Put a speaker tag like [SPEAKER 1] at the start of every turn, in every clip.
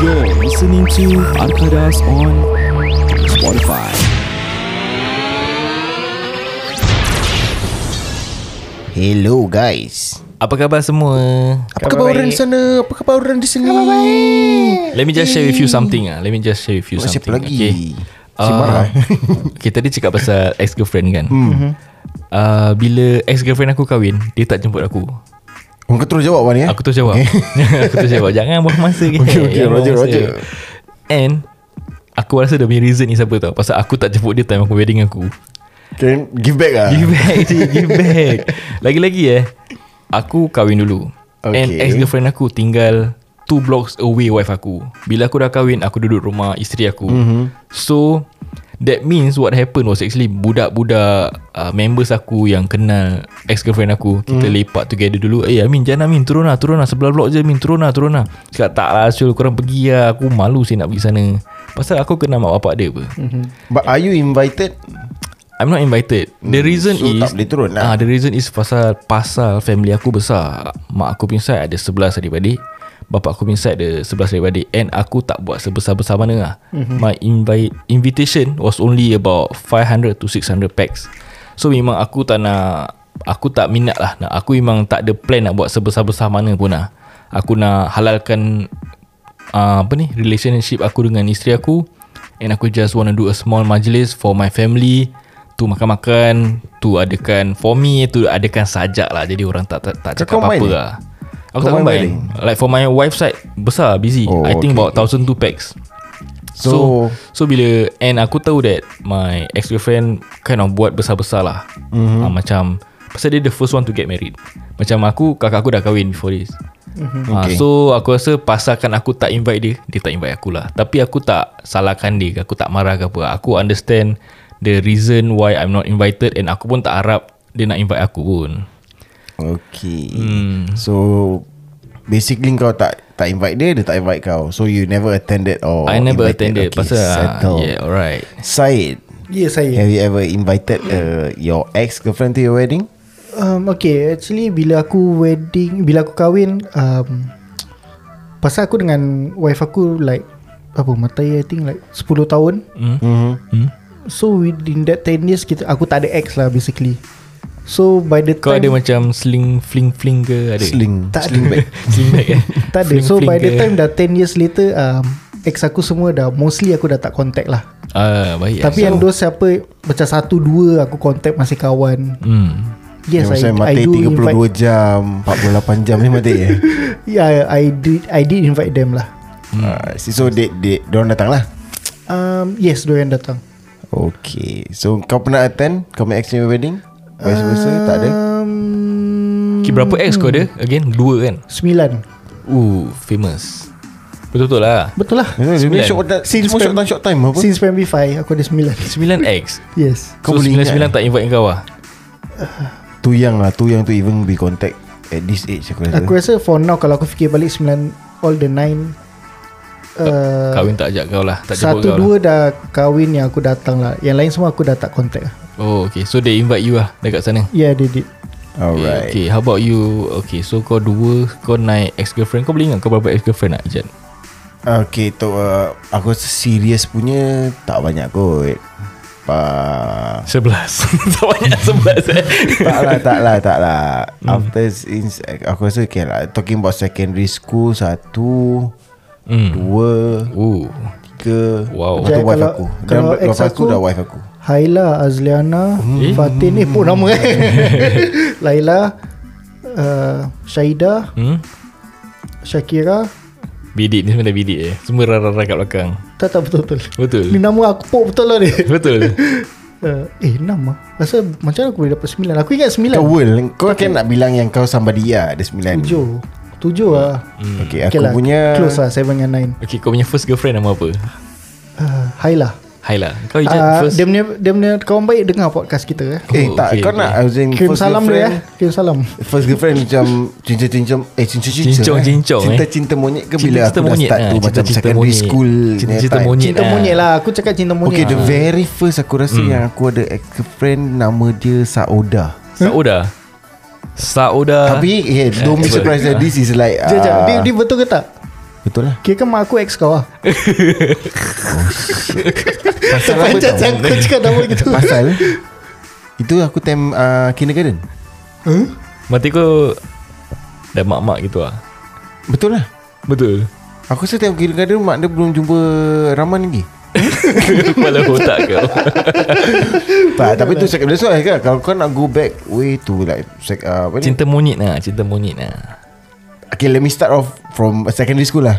[SPEAKER 1] You're listening to Arkadas on Spotify.
[SPEAKER 2] Hello guys
[SPEAKER 3] Apa khabar semua?
[SPEAKER 2] Apa khabar orang di sana? Apa khabar orang di sini? Khabar baik
[SPEAKER 3] Let me just share with you something ah. Let me just share with you
[SPEAKER 2] Oh,
[SPEAKER 3] something.
[SPEAKER 2] siapa lagi?
[SPEAKER 3] Okay.
[SPEAKER 2] Si Marah.
[SPEAKER 3] Uh, okay, tadi cakap pasal ex-girlfriend kan? Hmm. Uh, bila ex-girlfriend aku kahwin, dia tak jemput aku.
[SPEAKER 2] Orang kau terus jawab Wan ya?
[SPEAKER 3] Aku tu jawab. aku tu jawab. Jangan buang masa ke.
[SPEAKER 2] Okay, okay,
[SPEAKER 3] Jangan buang
[SPEAKER 2] Roger,
[SPEAKER 3] masa.
[SPEAKER 2] Roger.
[SPEAKER 3] And aku rasa dia punya reason ni siapa tau? Pasal aku tak jemput dia time aku wedding aku.
[SPEAKER 2] Can give back lah
[SPEAKER 3] Give back je Give back Lagi-lagi eh Aku kahwin dulu okay. And
[SPEAKER 2] Okay.
[SPEAKER 3] ex-girlfriend aku tinggal Two blocks away wife aku Bila aku dah kahwin Aku duduk rumah isteri aku mm-hmm. So That means what happened was actually Budak-budak uh, Members aku yang kenal Ex-girlfriend aku Kita mm. lepak together dulu Eh Amin jangan Amin Turun lah turun lah Sebelah blok je Amin turun lah turun lah Cakap tak lah Syul korang pergi lah Aku malu saya nak pergi sana Pasal aku kenal mak bapak dia apa mm-hmm.
[SPEAKER 2] But are you invited?
[SPEAKER 3] I'm not invited The reason
[SPEAKER 2] Hmm, so
[SPEAKER 3] is
[SPEAKER 2] tak boleh turun lah.
[SPEAKER 3] ah, The reason is pasal Pasal family aku besar Mak aku punya side Ada 11 adik-adik Bapak aku punya side Ada 11 adik-adik And aku tak buat Sebesar-besar mana lah mm-hmm. My invite, invitation Was only about 500 to 600 packs So memang aku tak nak Aku tak minat lah nak, Aku memang tak ada plan Nak buat sebesar-besar mana pun lah Aku nak halalkan uh, apa ni relationship aku dengan isteri aku and aku just want to do a small majlis for my family to makan-makan to adakan for me to adakan sajak lah jadi orang tak tak, tak
[SPEAKER 2] Kau
[SPEAKER 3] cakap
[SPEAKER 2] combine
[SPEAKER 3] apa-apa
[SPEAKER 2] ni?
[SPEAKER 3] lah aku
[SPEAKER 2] Kau
[SPEAKER 3] tak
[SPEAKER 2] combine
[SPEAKER 3] combine
[SPEAKER 2] wedding?
[SPEAKER 3] like for my wife side besar busy
[SPEAKER 2] Oh,
[SPEAKER 3] oh, I think
[SPEAKER 2] okay,
[SPEAKER 3] about 1000 two packs
[SPEAKER 2] So-
[SPEAKER 3] so so bila and aku tahu that my ex-girlfriend kind of buat besar-besar lah
[SPEAKER 2] Mhm.
[SPEAKER 3] mm-hmm. uh, macam pasal dia the first one to get married macam aku kakak aku dah kahwin before this mm-hmm.
[SPEAKER 2] Mhm. Okay.
[SPEAKER 3] okay. so aku rasa pasalkan aku tak invite dia dia tak invite aku lah tapi aku tak salahkan dia ke, aku tak marah ke apa aku understand the reason why I'm not invited and aku pun tak harap dia nak invite aku pun
[SPEAKER 2] Okay hmm. So Basically kau tak tak invite dia Dia tak invite kau So you never attended or
[SPEAKER 3] I never
[SPEAKER 2] invited.
[SPEAKER 3] attended
[SPEAKER 2] Oh, okay,
[SPEAKER 3] pasal ah,
[SPEAKER 2] Settle
[SPEAKER 3] yeah alright
[SPEAKER 2] Syed
[SPEAKER 4] Ya saya
[SPEAKER 2] Have you ever invited uh, Your ex-girlfriend to your wedding?
[SPEAKER 4] um, Okay actually Bila aku wedding Bila aku kahwin um, Pasal aku dengan Wife aku like Apa matai I think like 10 tahun
[SPEAKER 3] Hmm?
[SPEAKER 2] Mm-hmm.
[SPEAKER 4] So within that 10 years kita, Aku tak ada ex lah basically So by the
[SPEAKER 3] Kau
[SPEAKER 4] time
[SPEAKER 3] ada macam sling fling fling ke ada?
[SPEAKER 2] Sling
[SPEAKER 4] Tak
[SPEAKER 2] Sling back
[SPEAKER 3] Sling bag eh.
[SPEAKER 4] Tak ada
[SPEAKER 3] Fling
[SPEAKER 4] So
[SPEAKER 3] fling
[SPEAKER 4] by the
[SPEAKER 3] ke?
[SPEAKER 4] time dah 10 years later um, Ex aku semua dah Mostly aku dah tak contact lah
[SPEAKER 3] Ah, baik.
[SPEAKER 4] Tapi yang those siapa Macam satu dua Aku contact masih kawan
[SPEAKER 3] Hmm.
[SPEAKER 4] Yes
[SPEAKER 2] Yang
[SPEAKER 4] I, I
[SPEAKER 2] mati
[SPEAKER 4] do
[SPEAKER 2] 32
[SPEAKER 4] invite
[SPEAKER 2] jam 48 jam ni mati ya
[SPEAKER 4] Yeah I did I did invite them lah
[SPEAKER 2] Ah, So they, they, Diorang datang lah
[SPEAKER 4] um, Yes Diorang datang
[SPEAKER 2] Okay So kau pernah attend Kau punya ex punya wedding Vice versa Tak ada
[SPEAKER 4] um,
[SPEAKER 3] Okay, berapa ex kau ada? Again, dua kan?
[SPEAKER 4] Sembilan
[SPEAKER 3] Uh, famous. Betul-betul lah.
[SPEAKER 4] Betul lah
[SPEAKER 2] Sembilan
[SPEAKER 3] Sembilan.
[SPEAKER 2] short, time- Semua short time short time apa
[SPEAKER 4] Since primary five Aku ada sembilan
[SPEAKER 3] Sembilan ex.
[SPEAKER 4] Yes
[SPEAKER 2] Kau
[SPEAKER 3] Kau
[SPEAKER 2] boleh
[SPEAKER 3] so,
[SPEAKER 2] ingat,
[SPEAKER 3] boleh 99 tak invite kau lah?
[SPEAKER 2] Too young lah Too young to even be contact At this age aku rasa
[SPEAKER 4] Aku rasa for now Kalau aku fikir balik Sembilan All the nine uh,
[SPEAKER 3] Kahwin tak ajak kau lah. Tak jemput
[SPEAKER 4] Satu
[SPEAKER 3] kau lah.
[SPEAKER 4] dua dah kahwin yang aku datang lah Yang lain semua aku dah tak contact lah Ya,
[SPEAKER 3] Oh, okay. So, they invite you lah dekat sana.
[SPEAKER 4] Yeah they did
[SPEAKER 2] Alright
[SPEAKER 3] Okay, how about you? Okay, so kau dua, kau naik ex-girlfriend. Kau boleh ingat kau berapa ex-girlfriend nak Ijat?
[SPEAKER 2] Okay tu uh, Aku rasa serious punya Tak banyak kot Pa
[SPEAKER 3] Sebelas. tak banyak sebelas eh.
[SPEAKER 2] tak lah tak lah tak lah After since Aku rasa okay lah Talking about secondary school Satu
[SPEAKER 3] Hmm.
[SPEAKER 2] Dua
[SPEAKER 3] Oh.
[SPEAKER 2] Tiga
[SPEAKER 3] Wow.
[SPEAKER 2] Lepas tu
[SPEAKER 4] Jaya,
[SPEAKER 2] wife
[SPEAKER 4] kalau-
[SPEAKER 2] aku Dan
[SPEAKER 4] kalau ex
[SPEAKER 2] lepas tu
[SPEAKER 4] aku-
[SPEAKER 2] dah wife aku
[SPEAKER 4] Haila Azliana
[SPEAKER 3] Hmm.
[SPEAKER 4] Fatin Eh pun nama eh Laila uh, Syaida
[SPEAKER 3] Hmm?
[SPEAKER 4] Syakira
[SPEAKER 3] Bidik ni sebenarnya bidik eh. Semua rara-rara kat belakang.
[SPEAKER 4] Tak tak betul-betul Ni
[SPEAKER 3] Betul.
[SPEAKER 4] nama aku pop betul lah ni
[SPEAKER 3] Betul.
[SPEAKER 4] uh, Eh enam lah Rasa macam mana aku boleh dapat sembilan Aku ingat sembilan
[SPEAKER 2] Kau world Kau kan nak bilang yang kau somebody lah Ada sembilan
[SPEAKER 4] Tujuh Tujuh lah
[SPEAKER 3] Hmm.
[SPEAKER 2] Okay aku punya
[SPEAKER 4] Close lah seven dengan nine
[SPEAKER 3] Okay, kau punya first girlfriend nama apa?
[SPEAKER 4] uh, Haila
[SPEAKER 3] Haila. Kau Ijat
[SPEAKER 2] Ah,
[SPEAKER 4] uh,
[SPEAKER 3] Oh, first.
[SPEAKER 4] Dia punya Dia punya kawan baik dengar podcast kita eh
[SPEAKER 2] Eh
[SPEAKER 3] Oh,
[SPEAKER 2] tak
[SPEAKER 3] okay,
[SPEAKER 2] Kau nak Azim
[SPEAKER 4] Kirim salam dia eh Kirim salam
[SPEAKER 2] First girlfriend macam Cincang-cincang Eh cincang-cincang
[SPEAKER 3] Cincong,
[SPEAKER 2] eh.
[SPEAKER 3] cincong, eh.
[SPEAKER 2] Cinta-cinta monyet ke Bila
[SPEAKER 3] Cinta-cinta
[SPEAKER 2] aku dah
[SPEAKER 3] monyet,
[SPEAKER 2] start
[SPEAKER 3] ah.
[SPEAKER 2] tu Macam
[SPEAKER 3] Cinta-cinta
[SPEAKER 2] secondary
[SPEAKER 3] monyet.
[SPEAKER 2] school
[SPEAKER 3] Cinta-cinta
[SPEAKER 2] punya time.
[SPEAKER 3] monyet. eh.
[SPEAKER 4] Cinta
[SPEAKER 3] Ah.
[SPEAKER 4] monyet lah Aku cakap cinta
[SPEAKER 2] Okay
[SPEAKER 4] monyet
[SPEAKER 2] the very first Aku rasa
[SPEAKER 3] Hmm.
[SPEAKER 2] yang aku ada Ex-girlfriend Nama dia Saoda
[SPEAKER 3] Sauda. Sauda.
[SPEAKER 2] Tapi yeah, Don't be
[SPEAKER 3] apa? Eh,
[SPEAKER 2] surprised that This is like
[SPEAKER 4] Sekejap, sekejap.
[SPEAKER 2] ah,
[SPEAKER 4] dia, dia betul ke tak?
[SPEAKER 2] Betul lah
[SPEAKER 4] Kira kan mak aku ex kau lah
[SPEAKER 2] Pasal apa
[SPEAKER 4] Panjang
[SPEAKER 2] tau
[SPEAKER 4] sangat kau cakap nama gitu
[SPEAKER 2] Pasal Itu aku time uh, Kindergarten
[SPEAKER 4] Huh?
[SPEAKER 3] Mati kau Dah mak-mak gitu lah
[SPEAKER 2] Betul lah
[SPEAKER 3] Betul
[SPEAKER 2] Aku rasa time kindergarten Mak dia belum jumpa Rahman lagi
[SPEAKER 3] Kepala otak kau
[SPEAKER 2] Tak tapi tu second That's why kan Kalau kau nak go back Way to like sec, uh, apa ni?
[SPEAKER 3] Cinta monyet lah Cinta monyet lah
[SPEAKER 2] Okay let me start off From secondary school lah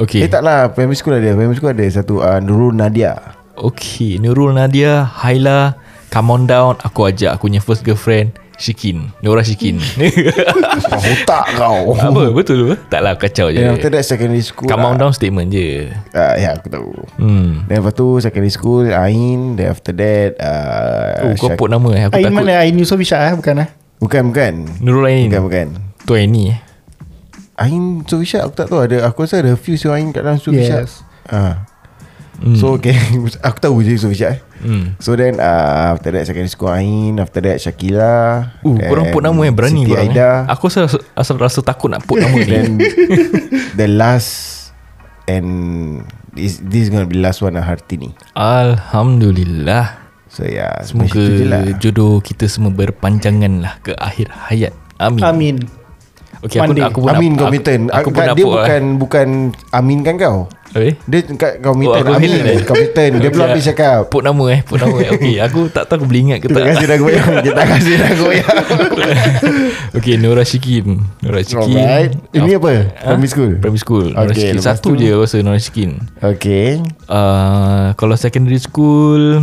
[SPEAKER 3] Okay
[SPEAKER 2] Eh tak lah Primary school ada Primary school ada satu uh, Nurul Nadia
[SPEAKER 3] Okay Nurul Nadia Haila Come on down Aku ajak Aku punya first girlfriend Shikin Nora Shikin
[SPEAKER 2] Wah, Otak kau
[SPEAKER 3] Apa betul ke Tak lah kacau je
[SPEAKER 2] Then after that lah. secondary school
[SPEAKER 3] Come on down statement je
[SPEAKER 2] uh, Ya aku tahu
[SPEAKER 3] Hmm
[SPEAKER 2] Then lepas tu secondary school Ain Then after that uh,
[SPEAKER 3] Oh kau
[SPEAKER 2] Syakir-
[SPEAKER 3] put nama eh
[SPEAKER 2] Ah,
[SPEAKER 3] Aku takut
[SPEAKER 4] Ain mana Ain Yusof Ishak eh Bukan eh
[SPEAKER 2] Bukan bukan
[SPEAKER 3] Nurul Ain
[SPEAKER 2] Bukan bukan
[SPEAKER 3] Tu Aini eh
[SPEAKER 2] Ain Zuhisha aku tak tahu ada Aku rasa ada few Suruh Ain kat dalam Zuhisha
[SPEAKER 4] Yes.
[SPEAKER 2] ha. So okay Aku tahu je Zuhisha eh.
[SPEAKER 3] Hmm
[SPEAKER 2] So then uh, After that secondary school Ain After that Shakila
[SPEAKER 3] Uh, korang put nama eh Berani
[SPEAKER 2] Siti
[SPEAKER 3] Eh. korang
[SPEAKER 2] Aida
[SPEAKER 3] eh. Aku asal, asal rasa takut nak put nama ni
[SPEAKER 2] Then The last And This, this is gonna be last one lah, Hartini
[SPEAKER 3] Alhamdulillah
[SPEAKER 2] So yeah
[SPEAKER 3] Semoga
[SPEAKER 2] macam tu je lah.
[SPEAKER 3] jodoh kita semua berpanjangan lah ke akhir hayat. Amin.
[SPEAKER 4] Amin
[SPEAKER 3] Okay, aku,
[SPEAKER 4] One day.
[SPEAKER 3] aku pun
[SPEAKER 2] Amin
[SPEAKER 3] nak,
[SPEAKER 2] kau mitten
[SPEAKER 3] Aku, aku pun nak
[SPEAKER 2] Dia
[SPEAKER 3] put lah.
[SPEAKER 2] bukan Bukan Amin kan kau
[SPEAKER 3] Eh?
[SPEAKER 2] Dia kat kau mitten
[SPEAKER 3] aku
[SPEAKER 2] oh, Amin
[SPEAKER 3] mitten eh.
[SPEAKER 2] Kau mitten Dia belum
[SPEAKER 3] Okay,
[SPEAKER 2] habis cakap
[SPEAKER 3] Put nama eh, put nama eh. Okay, aku tak tahu aku boleh ingat ke
[SPEAKER 2] Kita kasih
[SPEAKER 3] tak.
[SPEAKER 2] dah goyang Kita kasih dah goyang
[SPEAKER 3] okay, Nora Shikin. Nora Shikin.
[SPEAKER 2] Alright Ini apa?
[SPEAKER 3] Ha?
[SPEAKER 2] Primary school
[SPEAKER 3] Primary school. Nora
[SPEAKER 2] Okay,
[SPEAKER 3] Shikin.
[SPEAKER 2] lepas
[SPEAKER 3] Satu
[SPEAKER 2] tu-
[SPEAKER 3] je aku rasa Nora Shikin.
[SPEAKER 2] Okay
[SPEAKER 3] Uh, kalau secondary school,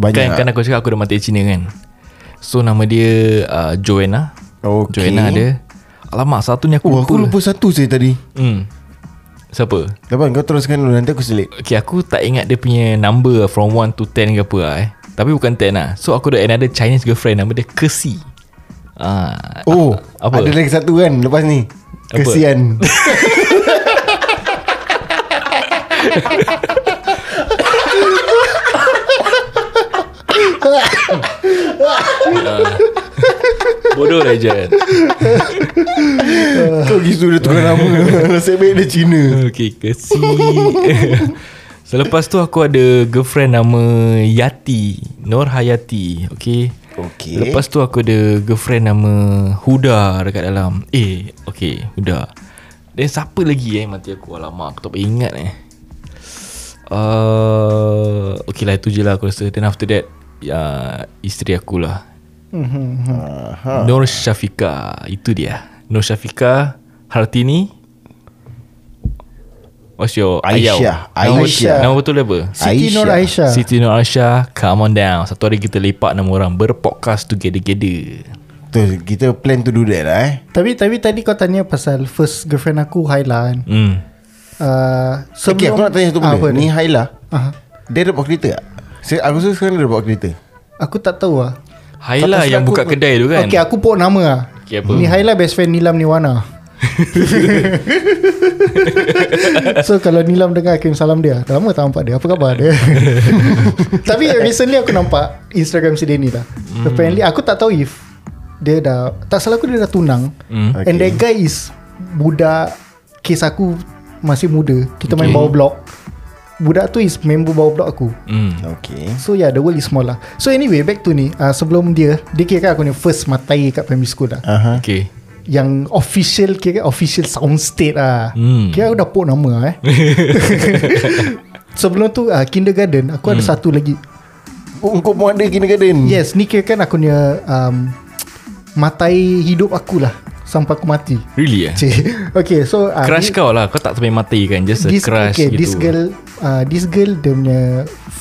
[SPEAKER 2] Banyak lah.
[SPEAKER 3] kan, kan aku cakap aku dah mati Cina kan. So, nama dia uh, Joanna.
[SPEAKER 2] Okay.
[SPEAKER 3] Joanna ada. Alamak, satu ni aku
[SPEAKER 2] Oh aku lupa satu saya tadi
[SPEAKER 3] Hmm. Siapa?
[SPEAKER 2] Lapan kau teruskan dulu Nanti aku selit
[SPEAKER 3] Okay aku tak ingat dia punya number lah, From 1 to 10 ke apa lah eh Tapi bukan 10 lah So aku ada another Chinese girlfriend Nama dia Kesi Ah,
[SPEAKER 2] Oh
[SPEAKER 3] Apa?
[SPEAKER 2] Ada lagi satu kan Lepas ni
[SPEAKER 3] Apa?
[SPEAKER 2] Kesian
[SPEAKER 3] Bodoh lah Jan
[SPEAKER 2] Kau gitu dia tukar nama Nasib baik dia Cina
[SPEAKER 3] Okay Kesi Selepas tu aku ada girlfriend nama Yati Nur Hayati Okay
[SPEAKER 2] Okay
[SPEAKER 3] Lepas tu aku ada girlfriend nama Huda dekat dalam Eh okay Huda Dan siapa lagi eh mati aku Alamak aku tak boleh ingat eh uh, Okay lah itu je lah aku rasa Then after that ya, Isteri aku lah Nur Syafika Itu dia Nur Syafika Hartini What's your ayau?
[SPEAKER 2] Aisyah.
[SPEAKER 3] Nama-
[SPEAKER 2] Aisyah.
[SPEAKER 3] Nama betul dia apa?
[SPEAKER 4] Siti Nur Aisyah
[SPEAKER 3] Siti Nur Aisyah Come on down Satu hari kita lepak enam orang Berpodcast together-together
[SPEAKER 2] Tu kita plan to do that lah eh
[SPEAKER 4] Tapi tapi tadi kau tanya pasal First girlfriend aku Haila kan
[SPEAKER 3] Hmm
[SPEAKER 4] uh,
[SPEAKER 2] Okay aku nak tanya satu
[SPEAKER 4] Ah,
[SPEAKER 2] benda
[SPEAKER 4] apa
[SPEAKER 2] Ni
[SPEAKER 4] ni?
[SPEAKER 2] Haila
[SPEAKER 4] Ah,
[SPEAKER 2] Dia ada bawa kereta tak? Saya- Aku rasa sekarang dia ada bawa kereta
[SPEAKER 4] Aku tak tahu lah
[SPEAKER 2] Kata
[SPEAKER 3] Haila yang
[SPEAKER 2] selaku-
[SPEAKER 3] buka kedai tu kan
[SPEAKER 4] Okay aku put nama lah
[SPEAKER 3] Okay, apa?
[SPEAKER 4] Ni Haila best friend Nilam Niwana So kalau Nilam dengar Kirim salam dia Dah lama tak nampak dia Apa khabar dia Tapi recently aku nampak Instagram si Denny lah
[SPEAKER 3] Hmm.
[SPEAKER 4] Apparently aku tak tahu if Dia dah Tak salah aku dia dah tunang
[SPEAKER 3] Hmm.
[SPEAKER 4] And that guy is Budak Kes aku Masih muda Kita
[SPEAKER 3] Okay.
[SPEAKER 4] main bawah blok Budak tu is member bawah blok aku
[SPEAKER 3] hmm.
[SPEAKER 2] Okay
[SPEAKER 4] So yeah the world is small lah So anyway back to ni uh, Sebelum dia Dia kira kan aku ni first matai kat primary school lah
[SPEAKER 2] Aha.
[SPEAKER 3] Okay
[SPEAKER 4] Yang official kira kan official soundstage lah
[SPEAKER 3] Hmm.
[SPEAKER 4] Kira aku dah put nama lah, eh Sebelum tu uh, kindergarten Aku
[SPEAKER 3] Hmm.
[SPEAKER 4] ada satu lagi
[SPEAKER 2] Oh, kau pun ada kindergarten
[SPEAKER 4] Yes ni kira kan aku ni um, Matai hidup aku lah Sampai aku mati
[SPEAKER 3] Really eh
[SPEAKER 4] Cik. Okay so uh,
[SPEAKER 3] Crush
[SPEAKER 4] ni-
[SPEAKER 3] kau lah Kau tak sampai mati kan Just a
[SPEAKER 4] this,
[SPEAKER 3] crush
[SPEAKER 4] okay,
[SPEAKER 3] gitu
[SPEAKER 4] This girl uh, This girl dia punya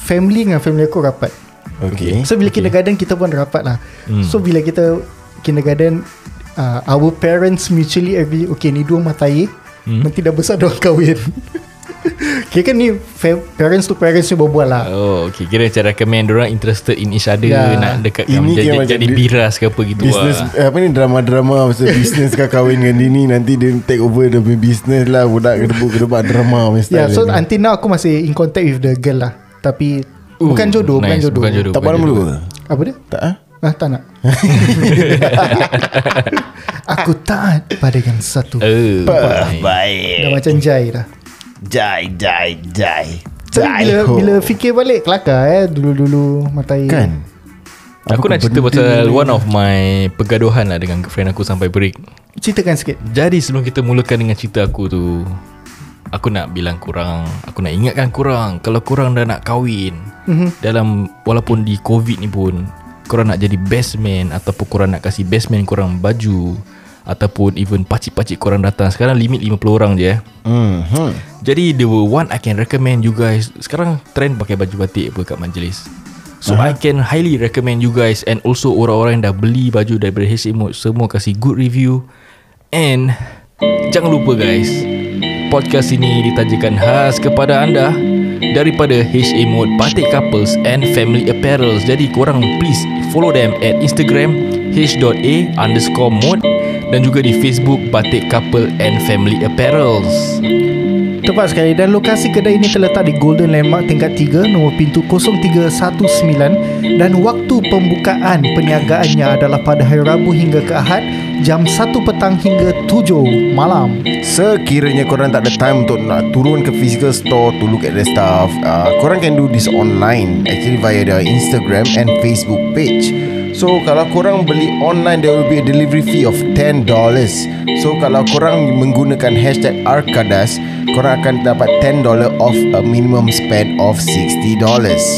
[SPEAKER 4] Family dengan family aku rapat
[SPEAKER 2] Okay
[SPEAKER 4] So bila okay. kindergarten kita pun rapat lah hmm. So bila kita kindergarten uh, Our parents mutually agree Okay ni dua matai hmm. Nanti dah besar diorang kahwin Kira kan ni fa- parents to parents ni berbual lah
[SPEAKER 3] Oh okay Kira macam recommend Diorang interested in each other
[SPEAKER 4] Ya.
[SPEAKER 3] Nak dekat
[SPEAKER 2] Ini kira
[SPEAKER 3] jadi,
[SPEAKER 2] macam
[SPEAKER 3] jadi
[SPEAKER 2] di-
[SPEAKER 3] biras ke apa gitu
[SPEAKER 2] Business
[SPEAKER 3] lah
[SPEAKER 2] eh, Apa ni drama-drama Pasal business kau kahwin dengan dia ni Nanti dia take over Dia punya business lah Budak kedebuk-kedebuk Drama punya
[SPEAKER 4] Yeah
[SPEAKER 2] style
[SPEAKER 4] Ya, so
[SPEAKER 2] dia ni.
[SPEAKER 4] until now aku masih in contact with the girl lah Tapi
[SPEAKER 3] Ooh,
[SPEAKER 4] Bukan jodoh,
[SPEAKER 3] nice.
[SPEAKER 4] bukan jodoh
[SPEAKER 3] Bukan jodoh
[SPEAKER 2] Tak pandang dulu ke?
[SPEAKER 4] Apa dia?
[SPEAKER 2] Tak ah?
[SPEAKER 4] Ah, tak nak Aku taat pada yang satu
[SPEAKER 3] Eh,
[SPEAKER 2] Baik
[SPEAKER 4] Dah macam
[SPEAKER 2] eh.
[SPEAKER 4] jai dah
[SPEAKER 2] Die Die Die
[SPEAKER 4] Tapi bila, bila fikir balik Kelakar eh Dulu-dulu Matai
[SPEAKER 2] Kan
[SPEAKER 3] Aku nak cerita pasal One of my Pergaduhan lah Dengan girlfriend aku Sampai break
[SPEAKER 4] Ceritakan sikit
[SPEAKER 3] Jadi sebelum kita mulakan dengan cerita aku tu Aku nak bilang kurang Aku nak ingatkan kurang Kalau kurang dah nak kahwin mm-hmm. Dalam Walaupun di covid ni pun Korang nak jadi best man Ataupun korang nak kasih best man korang baju Ataupun even pacik-pacik korang datang Sekarang limit 50 orang je eh
[SPEAKER 2] mm-hmm.
[SPEAKER 3] jadi the one I can recommend you guys Sekarang trend pakai baju batik apa kat majlis So uh-huh. I can highly recommend you guys And also orang-orang yang dah beli baju daripada HC Mode Semua kasih good review And Jangan lupa guys Podcast ini ditajakan khas kepada anda Daripada HA Mode Batik Couples and Family Apparels Jadi korang please follow them at Instagram H.A underscore mode Dan juga di Facebook Batik Couple and Family Apparels
[SPEAKER 4] Tepat sekali dan lokasi kedai ini terletak di Golden Landmark tingkat 3 nombor pintu 0319 dan waktu pembukaan perniagaannya adalah pada hari Rabu hingga ke Ahad jam 1 petang hingga 7 malam.
[SPEAKER 2] Sekiranya korang tak ada time Untuk nak turun ke physical store To look at the stuff uh, Korang can do this online Actually via the Instagram And Facebook page So kalau korang beli online There will be a delivery fee of $10 So kalau korang menggunakan Hashtag Arkadas Korang akan dapat $10 off A minimum spend of $60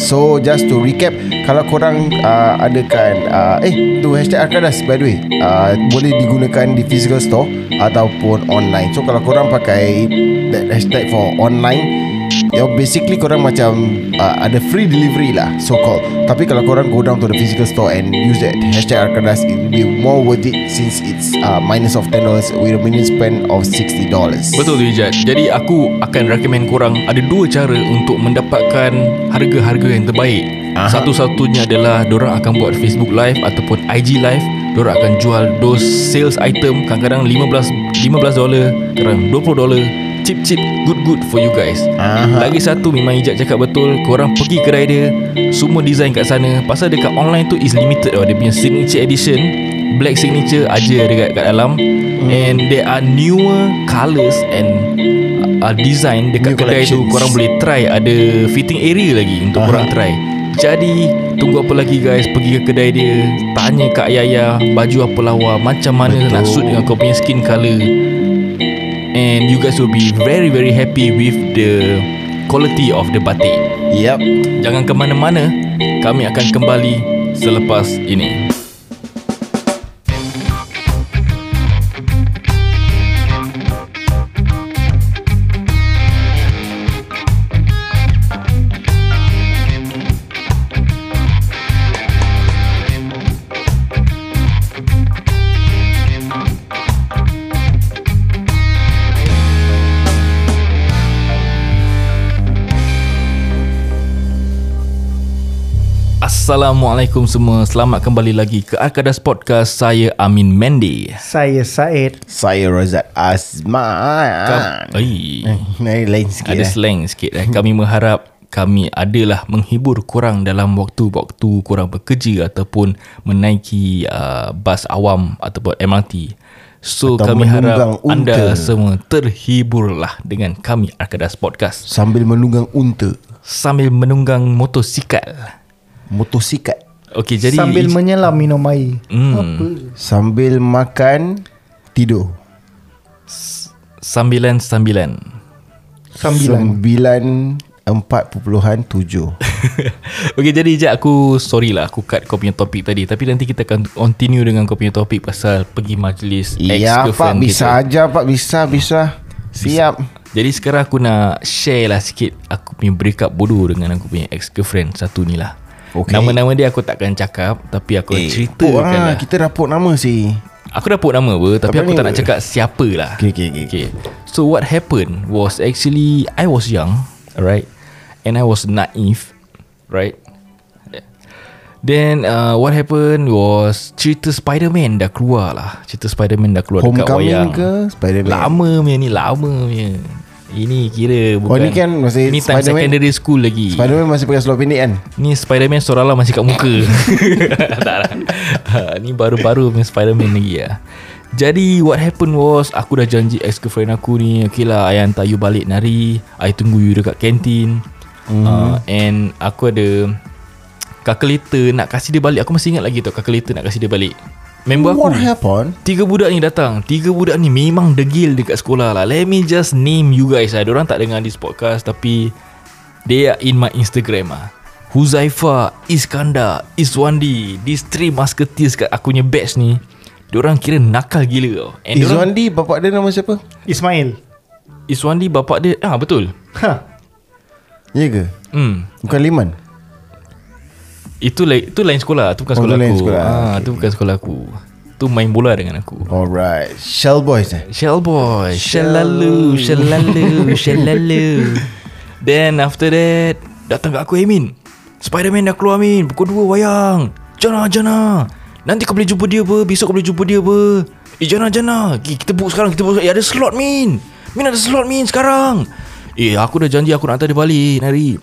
[SPEAKER 2] So just to recap Kalau korang uh, adakan uh, Eh tu hashtag Arkadas by the way uh, Boleh digunakan di physical store Ataupun online So kalau korang pakai That hashtag for online Ya basically korang macam uh, Ada free delivery lah So called Tapi kalau korang go down to the physical store And use that hashtag Arkadas It will be more worth it Since it's uh, minus of $10 With a minimum spend of $60
[SPEAKER 3] Betul tu Ijat Jadi aku akan recommend korang Ada dua cara untuk mendapatkan Harga-harga yang terbaik Aha. Satu-satunya adalah Diorang akan buat Facebook Live Ataupun IG Live Diorang akan jual Those sales item Kadang-kadang 15 $15 dollar, Kadang-kadang $20 Cheap-cheap Good-good for you guys
[SPEAKER 2] Aha.
[SPEAKER 3] Lagi satu memang Ijat cakap betul Korang pergi kedai dia Semua design kat sana Pasal dekat online tu Is limited tau Dia punya signature edition Black signature aja dekat kat dalam And there are newer colours And uh, design dekat
[SPEAKER 2] New
[SPEAKER 3] kedai tu
[SPEAKER 2] collections.
[SPEAKER 3] Korang boleh try Ada fitting area lagi Untuk
[SPEAKER 2] Aha.
[SPEAKER 3] korang try Jadi Tunggu apa lagi guys Pergi ke kedai dia Tanya Kak Yaya Baju apa lawa Macam mana Betul. nak suit dengan kau punya skin colour And you guys will be very very happy with the quality of the batik.
[SPEAKER 2] Yep
[SPEAKER 3] Jangan ke mana-mana. Kami akan kembali selepas ini. Assalamualaikum semua. Selamat kembali lagi ke Arkadas Podcast. Saya Amin Mendy.
[SPEAKER 4] Saya Said.
[SPEAKER 2] Saya Razat Azman
[SPEAKER 3] Ai.
[SPEAKER 2] Nari lain sikit
[SPEAKER 3] Ada
[SPEAKER 2] eh.
[SPEAKER 3] slang sikit eh. Kami mengharap kami adalah menghibur kurang dalam waktu-waktu kurang bekerja ataupun menaiki uh, bas awam ataupun MRT. So
[SPEAKER 2] Atau
[SPEAKER 3] Atau kami
[SPEAKER 2] menunggang
[SPEAKER 3] harap
[SPEAKER 2] unta.
[SPEAKER 3] anda semua terhiburlah dengan kami Arkadas Podcast
[SPEAKER 2] Sambil menunggang unta
[SPEAKER 3] sambil menunggang motosikal.
[SPEAKER 2] Motosikat
[SPEAKER 3] Okey jadi
[SPEAKER 4] Sambil menyelam minum air.
[SPEAKER 3] hmm,
[SPEAKER 2] Sambil makan Tidur
[SPEAKER 3] sambilan-sambilan.
[SPEAKER 4] Sambilan.
[SPEAKER 2] Sembilan Empat puluhan tujuh
[SPEAKER 3] Okay jadi Ijat aku Sorry lah aku cut kau punya topik tadi Tapi nanti kita akan continue dengan kau punya topik Pasal pergi majlis
[SPEAKER 2] Ya Pak
[SPEAKER 3] ex-girlfriend
[SPEAKER 2] bisa
[SPEAKER 3] kita.
[SPEAKER 2] aja Pak bisa bisa Siap
[SPEAKER 3] Jadi sekarang aku nak share lah sikit Aku punya break up bodoh dengan aku punya ex-girlfriend Satu ni lah
[SPEAKER 2] Okay.
[SPEAKER 3] Nama-nama dia aku takkan cakap Tapi aku
[SPEAKER 2] oh,
[SPEAKER 3] eh, ceritakan
[SPEAKER 2] ah,
[SPEAKER 3] lah
[SPEAKER 2] Kita rapot nama si
[SPEAKER 3] Aku dah put nama apa
[SPEAKER 2] Tak
[SPEAKER 3] Tapi aku
[SPEAKER 2] berani
[SPEAKER 3] tak nak
[SPEAKER 2] apa?
[SPEAKER 3] cakap siapa lah
[SPEAKER 2] Okay, okay, okay.
[SPEAKER 3] okay. So what happened was actually I was young Alright And I was naive Right Then uh, what happened was Cerita Spider-Man dah keluar lah Cerita Spider-Man dah keluar dekat
[SPEAKER 2] Homecoming
[SPEAKER 3] wayang
[SPEAKER 2] ke Spider-Man
[SPEAKER 3] Lama punya ni Lama punya Ini kira bukan
[SPEAKER 2] Oh, ni kan masih
[SPEAKER 3] Ni time
[SPEAKER 2] Spider-Man-
[SPEAKER 3] secondary school lagi
[SPEAKER 2] Spider-Man masih pakai seluar pendek kan
[SPEAKER 3] Ni Spider-Man seorang lah masih kat muka Tak lah Ha, Ni baru-baru punya Spider-Man lagi lah Jadi what happened was Aku dah janji ex-girlfriend aku ni Okay lah I hantar you balik nari I tunggu you dekat kantin
[SPEAKER 2] Hmm.
[SPEAKER 3] mm. uh, And aku ada Calculator nak kasih dia balik Aku masih ingat lagi tau Calculator nak kasih dia balik Member aku
[SPEAKER 2] What happened
[SPEAKER 3] Tiga budak ni datang Tiga budak ni memang degil dekat sekolah lah Let me just name you guys lah Diorang tak dengar this podcast Tapi They are in my Instagram lah Huzaifa, Iskandar, Iswandi These three musketeers kat aku punya batch ni Diorang kira nakal gila tau And diorang,
[SPEAKER 2] Izwandi Eh, bapak dia nama siapa
[SPEAKER 4] Ismail
[SPEAKER 3] Iswandi bapak dia Ah betul
[SPEAKER 4] Ha
[SPEAKER 2] Ya ke
[SPEAKER 3] Hmm
[SPEAKER 2] Bukan Liman
[SPEAKER 3] Itu lain, itu lain sekolah Itu
[SPEAKER 2] Oh,
[SPEAKER 3] bukan sekolah
[SPEAKER 2] tu lain
[SPEAKER 3] aku
[SPEAKER 2] sekolah.
[SPEAKER 3] ah, okay. Itu bukan sekolah aku Itu main bola dengan aku
[SPEAKER 2] Alright Shell Boys eh
[SPEAKER 3] Shell boy Shell lalu Shell lalu Shell lalu Then after that Datang kat aku Amin Spiderman dah keluar Amin Pukul 2 wayang Jana Jana Nanti kau boleh jumpa dia apa Besok kau boleh jumpa dia apa Eh Jana Jana Ki- Kita book sekarang Kita book sekarang. Eh ada slot Min Min ada slot Min sekarang Eh aku dah janji aku nak hantar dia balik Nari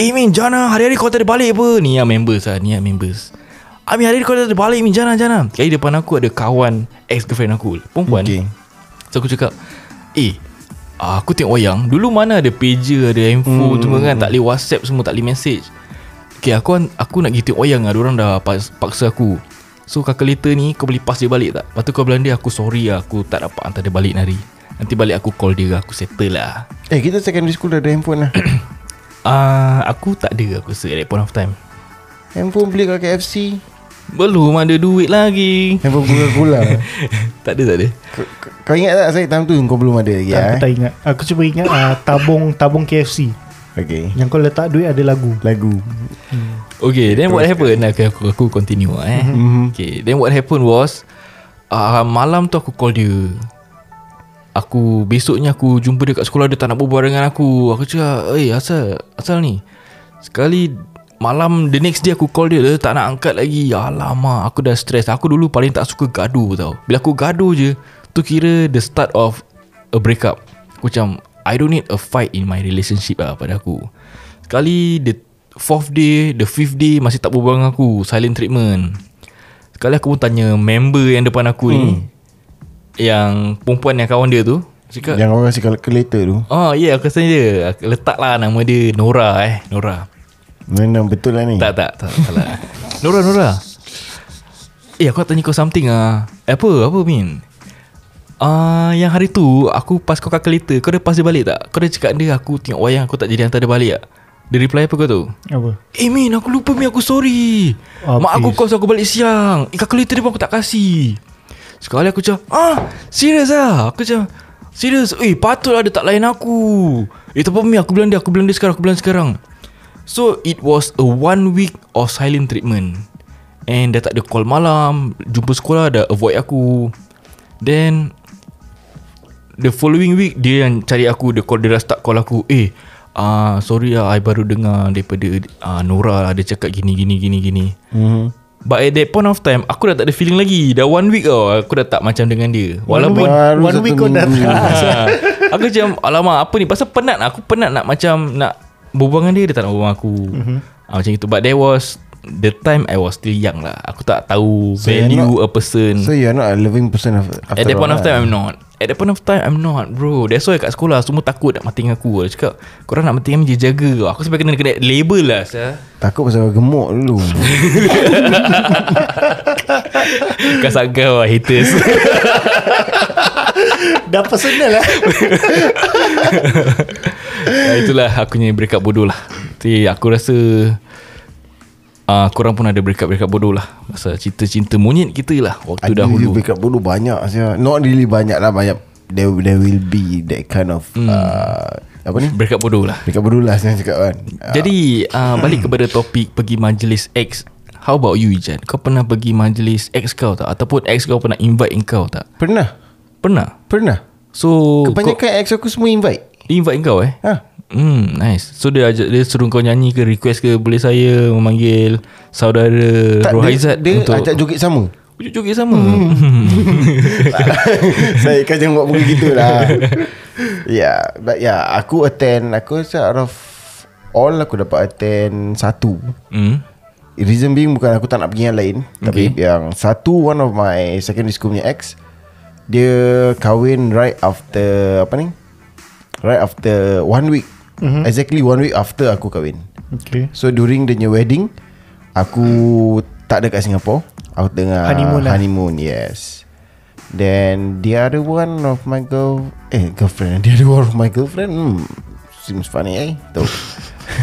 [SPEAKER 3] Eh Min Jana Hari-hari kau hantar dia balik apa Ni yang members lah Ni yang members Amin hari-hari kau hantar dia balik Min Jana Jana Kali depan aku ada kawan Ex-girlfriend aku Perempuan
[SPEAKER 2] Okay.
[SPEAKER 3] So aku cakap Eh Aku tengok wayang Dulu mana ada pager Ada info hmm. Cuma kan tak boleh whatsapp Semua tak boleh message Okay aku aku nak pergi tengok wayang lah Diorang dah pas, paksa aku So calculator ni Kau boleh pass dia balik tak Lepas tu kau bilang dia Aku sorry lah Aku tak dapat hantar dia balik nari Nanti balik aku call dia Aku settle lah
[SPEAKER 2] Eh kita secondary school dah ada handphone lah
[SPEAKER 3] Ah, uh, Aku tak ada aku rasa At that point of time
[SPEAKER 2] Handphone beli kat KFC
[SPEAKER 3] Belum ada duit lagi
[SPEAKER 2] Handphone Coca-Cola
[SPEAKER 3] Tak ada tak ada
[SPEAKER 2] K- k- Kau ingat tak saya time tu kau belum ada lagi
[SPEAKER 4] yeah. Aku
[SPEAKER 2] ya?
[SPEAKER 4] tak ingat Aku cuba ingat ah, Tabung Tabung KFC
[SPEAKER 2] Okay
[SPEAKER 4] Yang kau letak duit ada lagu
[SPEAKER 2] Lagu
[SPEAKER 3] Okay then what happened Okay aku, aku continue lah eh mm-hmm. Okay then what happened was uh, Malam tu aku call dia Aku Besoknya aku jumpa dia kat sekolah Dia tak nak berbual dengan aku Aku cakap Eh asal Asal ni Sekali Malam the next day aku call dia Dia tak nak angkat lagi "Ya Alamak Aku dah stress Aku dulu paling tak suka gaduh tau Bila aku gaduh je Tu kira the start of A breakup Aku macam I don't need a fight in my relationship lah pada aku Sekali the fourth day The fifth day Masih tak berbual dengan aku Silent treatment Sekali aku pun tanya member yang depan aku hmm. ni Yang perempuan yang kawan dia tu Cakap
[SPEAKER 2] Yang kau kasi calculator tu
[SPEAKER 3] Oh ya yeah, aku rasa dia Aku Letaklah nama dia Nora eh Nora
[SPEAKER 2] Memang betul lah ni
[SPEAKER 3] Tak tak tak, tak lah. Nora Nora Eh aku nak tanya kau something ah eh, Apa apa Min Ah, uh, yang hari tu aku pas kau calculator Kau dah pas dia balik tak? Kau dah cakap dia aku tengok wayang aku tak jadi hantar dia balik tak? Dia reply apa kau tu?
[SPEAKER 4] Apa
[SPEAKER 3] Eh Min aku lupa Min aku sorry
[SPEAKER 4] Ah,
[SPEAKER 3] Mak aku
[SPEAKER 4] please.
[SPEAKER 3] kos aku balik siang Eh calculator dia pun aku tak kasih Sekali aku macam Ah serius lah Aku macam Serius Eh patutlah dia tak layan aku Eh tak apa Min aku bilang dia Aku bilang dia sekarang Aku bilang dia sekarang So it was a one week of silent treatment And dah tak ada call malam Jumpa sekolah dah avoid aku Then The following week Dia yang cari aku Dia call Dia dah start call aku Eh uh, Sorry lah I baru dengar Daripada uh, Nora lah Dia cakap gini gini gini gini
[SPEAKER 2] Mhm.
[SPEAKER 3] But at that point of time Aku dah tak ada feeling lagi Dah one week tau Aku dah tak macam dengan dia Walaupun
[SPEAKER 2] Baru
[SPEAKER 4] One
[SPEAKER 2] satu
[SPEAKER 4] week kau dah
[SPEAKER 2] minggu.
[SPEAKER 4] tak
[SPEAKER 3] ha, Aku macam Alamak apa ni Pasal penat lah. Aku penat nak macam Nak berbual dengan dia Dia tak nak berbual dengan aku
[SPEAKER 2] Mhm.
[SPEAKER 3] mm-hmm. ha, Macam itu But there was The time I was still young lah Aku tak tahu
[SPEAKER 2] So
[SPEAKER 3] so
[SPEAKER 2] you're
[SPEAKER 3] Value a person
[SPEAKER 2] So you're not a living person af- after
[SPEAKER 3] At that point
[SPEAKER 2] all
[SPEAKER 3] of time
[SPEAKER 2] lah.
[SPEAKER 3] I'm not At that point of time I'm not bro That's why kat sekolah Semua takut nak mati dengan aku Dia cakap Korang nak mati dengan dia jaga kau." Aku sampai kena kena label lah saya.
[SPEAKER 2] Takut pasal kau gemuk dulu
[SPEAKER 3] Kasar kau lah haters
[SPEAKER 4] Dah personal lah
[SPEAKER 3] Ah, Itulah aku punya break up bodoh lah Jadi aku rasa uh, Korang pun ada break up-break up bodoh lah Masa cinta-cinta monyet kita lah
[SPEAKER 2] Ada
[SPEAKER 3] Waktu
[SPEAKER 2] you
[SPEAKER 3] dahulu
[SPEAKER 2] break up dulu banyak saya. Not really banyak lah Banyak There, there will be that kind of
[SPEAKER 3] Hmm.
[SPEAKER 2] uh, Apa ni
[SPEAKER 3] Break up bodoh lah
[SPEAKER 2] Break up dulu lah Saya cakap kan
[SPEAKER 3] Jadi uh, balik kepada topik pergi majlis ex. How about you Ijan? Kau pernah pergi majlis ex kau tak? Ataupun ex kau pernah invite engkau tak?
[SPEAKER 2] Pernah
[SPEAKER 3] Pernah?
[SPEAKER 2] Pernah
[SPEAKER 3] So
[SPEAKER 2] Kebanyakan ex aku semua invite
[SPEAKER 3] kau, dia invite engkau eh?
[SPEAKER 2] Ha
[SPEAKER 3] Hmm nice So dia ajak dia suruh kau nyanyi ke request ke Boleh saya memanggil saudara
[SPEAKER 2] tak, dia,
[SPEAKER 3] Rohaizat
[SPEAKER 2] dia
[SPEAKER 3] untuk
[SPEAKER 2] ajak Hmm. joget sama
[SPEAKER 3] Ujuk-ujuk sama
[SPEAKER 2] Saya kau jangan buat muka gitu lah Yeah But yeah Aku attend Aku rasa out of All aku dapat attend Satu
[SPEAKER 3] Hmm.
[SPEAKER 2] Reason being bukan aku tak nak pergi yang lain okay. Tapi yang Satu one of my Secondary school punya ex Dia Kahwin right after Apa ni Right after One week mm-hmm. Exactly one week after aku kahwin
[SPEAKER 4] Okay
[SPEAKER 2] So during the new wedding Aku Tak ada kat Singapore Aku tengah
[SPEAKER 4] Honeymoon lah.
[SPEAKER 2] Honeymoon yes Then The other one of my girl Eh girlfriend The other one of my girlfriend hmm, Seems funny eh Tahu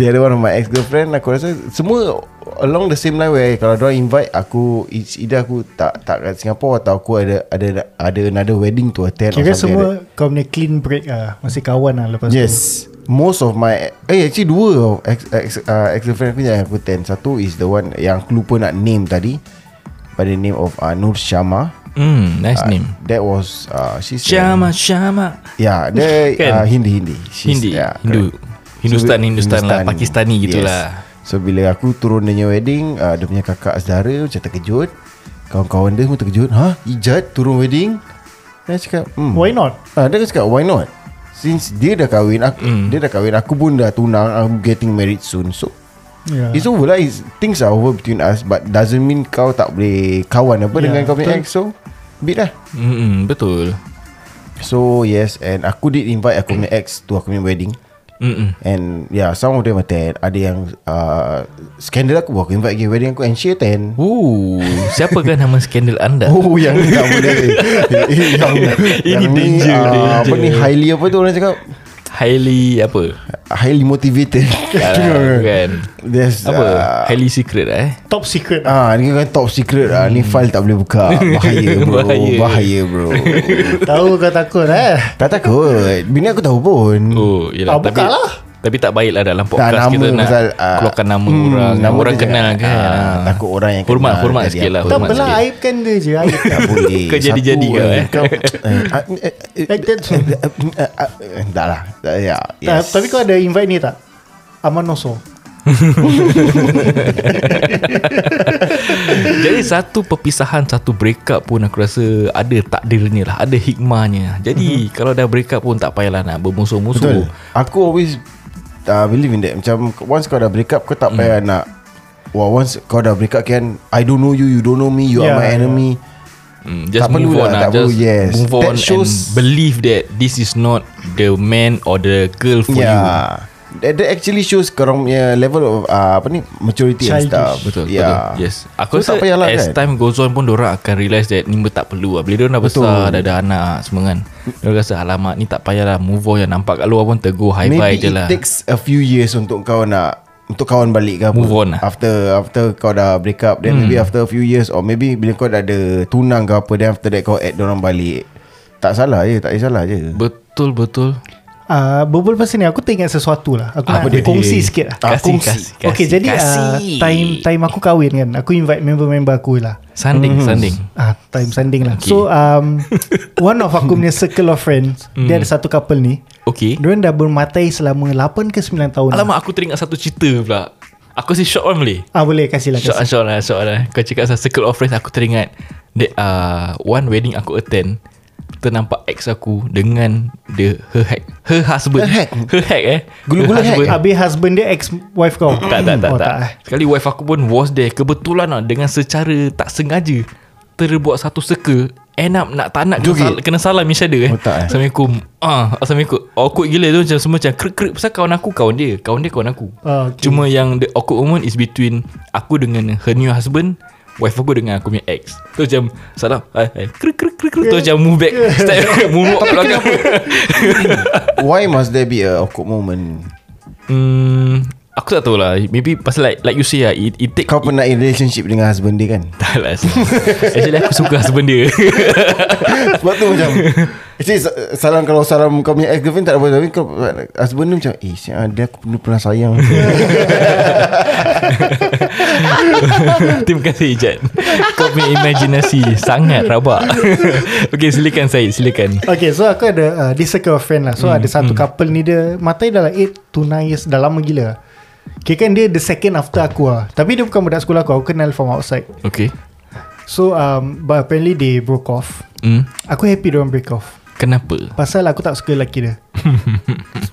[SPEAKER 2] The other one of my ex-girlfriend Aku rasa Semua Along the same line where Kalau diorang invite Aku It's either aku tak Tak kat Singapore Atau aku ada Ada ada another wedding to attend or
[SPEAKER 4] Kira
[SPEAKER 2] something like that.
[SPEAKER 4] semua kau punya clean break lah Masih kawan lah lepas tu
[SPEAKER 2] Yes Most of my Eh actually dua ex, ex, uh, Ex-girlfriend aku yang aku attend Satu is the one Yang aku lupa nak name tadi By the name of uh, Nur Syama
[SPEAKER 3] Hmm,
[SPEAKER 2] Ah,
[SPEAKER 3] nice name.
[SPEAKER 2] That was uh, She's
[SPEAKER 3] Syama, Syama.
[SPEAKER 2] Yeah Dia
[SPEAKER 3] Kan?
[SPEAKER 2] uh, Hindi-Hindi She's-
[SPEAKER 3] Hindi,
[SPEAKER 2] yeah,
[SPEAKER 3] Hindu.
[SPEAKER 2] correct.
[SPEAKER 3] Hindustan,
[SPEAKER 2] bi-
[SPEAKER 3] Hindustan lah, Pakistani gitulah.
[SPEAKER 2] So bila aku turun dia punya wedding uh, Dia punya kakak saudara Macam terkejut Kawan-kawan dia semua terkejut Ha? Ijat turun wedding Dia cakap hmm,
[SPEAKER 4] Why not?
[SPEAKER 2] Ah, dia cakap why not? Since dia dah kahwin aku, mm. dia dah kahwin aku pun dah tunang I'm getting married soon. So
[SPEAKER 4] Yeah.
[SPEAKER 2] it's over lah. It's, things are over between us but doesn't mean kau tak boleh kawan apa
[SPEAKER 4] Yeah,
[SPEAKER 2] yeah, dengan kau punya
[SPEAKER 4] betul.
[SPEAKER 2] ex. So beat lah.
[SPEAKER 3] Hmm, betul.
[SPEAKER 2] So yes and aku did invite aku punya ex to aku punya wedding.
[SPEAKER 3] Hmm.
[SPEAKER 2] And yeah some of them attend Ada yang uh, Skandal aku Aku invite pergi wedding aku And she attend
[SPEAKER 3] Oh, siapakah nama skandal anda?
[SPEAKER 2] Oh yang ni tak boleh Yang, yang ni
[SPEAKER 3] danger,
[SPEAKER 2] uh, Apa ni Highly apa tu orang cakap
[SPEAKER 3] Highly apa?
[SPEAKER 2] Highly motivated
[SPEAKER 3] Alah, bukan.
[SPEAKER 2] There's
[SPEAKER 3] Apa?
[SPEAKER 2] uh,
[SPEAKER 3] Highly secret lah eh.
[SPEAKER 4] Top secret
[SPEAKER 2] Ah,
[SPEAKER 4] lah
[SPEAKER 2] ni kan top secret ah. Ni file tak boleh buka. Bahaya bro.
[SPEAKER 3] Bahaya.
[SPEAKER 2] Bahaya, bro.
[SPEAKER 4] Tahu kau takut eh
[SPEAKER 2] tak takut. Bini aku tahu pun.
[SPEAKER 3] Oh, yalah.
[SPEAKER 4] Ah, buka
[SPEAKER 3] tapi,
[SPEAKER 4] lah.
[SPEAKER 3] tapi tak baik lah dalam podcast
[SPEAKER 2] Hmm. nama
[SPEAKER 3] kita nak
[SPEAKER 2] pasal, ah,
[SPEAKER 3] keluarkan nama
[SPEAKER 2] hmm,
[SPEAKER 3] orang.
[SPEAKER 2] nama
[SPEAKER 3] orang
[SPEAKER 2] dia
[SPEAKER 3] kenal
[SPEAKER 2] jangan,
[SPEAKER 3] kan.
[SPEAKER 2] ah, takut orang yang
[SPEAKER 3] Hormat,
[SPEAKER 2] kenal
[SPEAKER 3] hormat
[SPEAKER 2] jadi
[SPEAKER 3] sikit lah.
[SPEAKER 2] apa.
[SPEAKER 4] Tak
[SPEAKER 3] hormat
[SPEAKER 4] apalah
[SPEAKER 3] sikit.
[SPEAKER 4] aibkan dia je aib.
[SPEAKER 2] Tak boleh.
[SPEAKER 3] Kau jadi-jadi
[SPEAKER 2] Satu,
[SPEAKER 3] kau, eh.
[SPEAKER 2] kau- eh, ah, eh, eh,
[SPEAKER 4] Eh, that's-
[SPEAKER 2] eh, eh, eh, ah, eh, Tak lah. Tak, Ya.
[SPEAKER 4] Ta-
[SPEAKER 2] Yes.
[SPEAKER 4] Tapi kau ada invite ni tak? Amanoso
[SPEAKER 3] Jadi satu perpisahan Satu break up pun Aku rasa Ada takdirnya lah Ada hikmahnya Jadi mm-hmm. Kalau dah break up pun Tak payahlah nak bermusuh-musuh
[SPEAKER 2] Mhm. Betul. Aku always uh, believe in that. Macam once kau dah break up kau tak payah nak Wah, once kau dah break up kan I don't know you, you don't know me, you
[SPEAKER 4] Yeah,
[SPEAKER 2] are my
[SPEAKER 4] yeah.
[SPEAKER 2] enemy.
[SPEAKER 3] mm, Just
[SPEAKER 2] Tak
[SPEAKER 3] move
[SPEAKER 2] perlu
[SPEAKER 3] on
[SPEAKER 2] lah,
[SPEAKER 3] lah
[SPEAKER 2] tak
[SPEAKER 3] Just
[SPEAKER 2] perlu, yes.
[SPEAKER 3] move on
[SPEAKER 2] That shows-
[SPEAKER 3] And believe that This is not The man or the girl for
[SPEAKER 2] Ya.
[SPEAKER 3] you
[SPEAKER 2] yeah. That, that actually shows korang punya level of uh, apa ni maturity and
[SPEAKER 4] Childish.
[SPEAKER 2] stuff.
[SPEAKER 3] Betul
[SPEAKER 2] Yeah.
[SPEAKER 3] betul. Yes
[SPEAKER 2] Ya. So,
[SPEAKER 3] Aku rasa
[SPEAKER 2] tak payahlah,
[SPEAKER 3] As
[SPEAKER 2] kan?
[SPEAKER 3] time goes on pun Diorang akan realise that Ni tak perlu lah Bila diorang dah besar Dah ada anak Semua kan Diorang rasa Alamak ni tak payahlah Move on yang nampak kat luar pun Tegur high
[SPEAKER 2] Maybe
[SPEAKER 3] bye je
[SPEAKER 2] it
[SPEAKER 3] lah
[SPEAKER 2] takes a few years untuk kau nak untuk kawan balik ke apa.
[SPEAKER 3] Move on lah. Hmm.
[SPEAKER 2] After after kau dah break up then maybe after a few years or maybe bila kau dah ada tunang ke apa then after that kau add orang balik. Tak salah je, tak ada salah je.
[SPEAKER 3] Betul betul
[SPEAKER 4] uh, Berbual pasal ni Aku teringat sesuatu lah Aku
[SPEAKER 3] Apa
[SPEAKER 4] nak
[SPEAKER 3] dia?
[SPEAKER 4] kongsi sikit lah
[SPEAKER 2] Ah,
[SPEAKER 3] Kasih
[SPEAKER 2] kongsi.
[SPEAKER 3] kasih
[SPEAKER 4] Okay
[SPEAKER 3] kasih,
[SPEAKER 4] jadi uh,
[SPEAKER 3] kasih.
[SPEAKER 4] Time time aku kahwin kan Aku invite member-member aku lah
[SPEAKER 3] Sanding
[SPEAKER 2] Mhm.
[SPEAKER 3] Sanding
[SPEAKER 4] Ah, time sanding lah okay. So um, One of aku punya circle of friends
[SPEAKER 3] Hmm.
[SPEAKER 4] Dia ada satu couple ni
[SPEAKER 3] Okay
[SPEAKER 4] Diorang dah bermatai selama 8 ke 9 tahun
[SPEAKER 3] Alamak aku teringat satu cerita pula Aku si short one boleh
[SPEAKER 4] Ah boleh kasih lah
[SPEAKER 3] Short
[SPEAKER 4] kasih.
[SPEAKER 3] lah short lah short lah Kau cakap pasal circle of friends Aku teringat That uh, One wedding aku attend Kita nampak ex aku Dengan the, Her hack Her husband
[SPEAKER 2] Her hack?
[SPEAKER 3] Her hack eh
[SPEAKER 2] Gula-gula
[SPEAKER 3] Her husband. Hmm.
[SPEAKER 4] Habis husband dia ex wife kau
[SPEAKER 3] Tak tak tak,
[SPEAKER 4] oh,
[SPEAKER 3] tak.
[SPEAKER 4] tak. eh.
[SPEAKER 3] Sekali wife aku pun was there Kebetulan lah Dengan secara tak sengaja Terbuat satu circle End up nak tak nak kena,
[SPEAKER 2] Joget.
[SPEAKER 3] sal- kena salam each other eh.
[SPEAKER 2] Oh, tak, eh?
[SPEAKER 3] Assalamualaikum ah, Assalamualaikum Awkward gila tu macam semua macam Krik-krik pasal kawan aku kawan dia Kawan dia kawan aku
[SPEAKER 4] Ah, okay.
[SPEAKER 3] Cuma yang the awkward moment is between Aku dengan her new husband Wife aku dengan aku punya ex Tu macam Salam Ah, eh, hai, hai. Krik krik krik krik Tu macam move back Step back Move back belakang
[SPEAKER 2] Why must there be a awkward moment?
[SPEAKER 3] Hmm Aku tak tahu lah Maybe pasal like Like you say lah It, it take
[SPEAKER 2] Kau pernah in relationship dengan husband dia kan?
[SPEAKER 3] Tak lah Actually aku suka husband dia
[SPEAKER 2] Sebab tu macam Actually sa- salam kalau salam kau punya ex-girlfriend tak ada apa-apa Tapi kau husband dia macam Eh siap, dia aku pernah, pernah sayang
[SPEAKER 3] Terima kasih Ijat Kau punya imajinasi Sangat rabak Okay silakan Syed Silakan
[SPEAKER 4] Okay so aku ada uh, This circle of friend
[SPEAKER 3] Hmm,
[SPEAKER 4] lah So ada satu couple ni dia Matai dah like 8 to 9 years Dah lama gila Okay kan dia the second after aku lah Tapi dia bukan budak sekolah aku Aku kenal from outside
[SPEAKER 3] Okay
[SPEAKER 4] So um, But apparently they broke off
[SPEAKER 3] hmm.
[SPEAKER 4] Aku happy diorang break off
[SPEAKER 3] Kenapa?
[SPEAKER 4] Pasal aku tak suka lelaki dia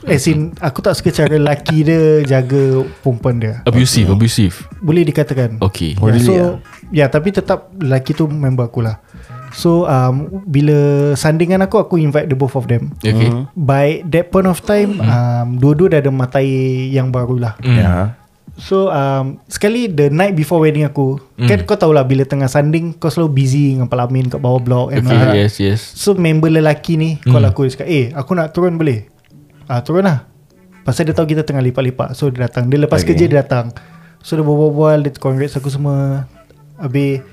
[SPEAKER 4] As in Aku tak suka cara lelaki dia Jaga perempuan dia
[SPEAKER 3] Abusive, abusive.
[SPEAKER 4] Boleh dikatakan
[SPEAKER 3] Okay.
[SPEAKER 2] Oh,
[SPEAKER 4] yeah,
[SPEAKER 2] really
[SPEAKER 4] So
[SPEAKER 2] ah?
[SPEAKER 4] Ya yeah, tapi tetap Lelaki tu member aku lah So um, Bila Sandingan aku Aku invite the both of them
[SPEAKER 3] Okay.
[SPEAKER 4] By that point of time um, Dua-dua dah ada matai Yang baru lah
[SPEAKER 2] Ya.
[SPEAKER 4] So um, Sekali the night before wedding aku Kan kau tahulah Bila tengah sanding Kau selalu busy Dengan pelamin Kat bawah blok and all
[SPEAKER 3] Okay,
[SPEAKER 4] that.
[SPEAKER 3] yes, yes.
[SPEAKER 4] So member lelaki ni Call aku dia cakap Eh aku nak turun boleh ah, Turun lah Pasal dia tahu kita tengah lipat-lipat So dia datang Dia lepas
[SPEAKER 2] Okay.
[SPEAKER 4] okay. kerja dia datang So dia berbual-bual Dia congrats aku semua Habis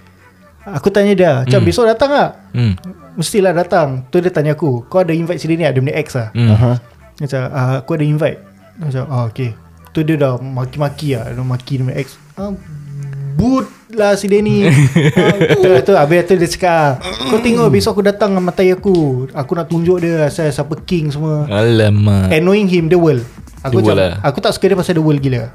[SPEAKER 4] Aku tanya dia Macam besok datang lah
[SPEAKER 3] Hmm.
[SPEAKER 4] Mestilah datang Tu dia tanya aku Kau ada invite sini ni Ada benda ex lah
[SPEAKER 3] Hmm.
[SPEAKER 2] Aha.
[SPEAKER 4] Dia Macam ah, Aku ada invite Dia Macam ah okay Tu dia dah maki-maki lah Dia maki dia punya ex ah, Boot lah si Denny ah, tu, tu, Habis tu dia cakap "Ah, Kau tengok besok aku datang dengan matai aku Aku nak tunjuk dia Asal siapa king semua
[SPEAKER 3] Alamak.
[SPEAKER 4] Annoying him the world Aku,
[SPEAKER 3] Hmm. The world
[SPEAKER 4] macam,
[SPEAKER 3] lah.
[SPEAKER 4] aku tak suka dia pasal the world gila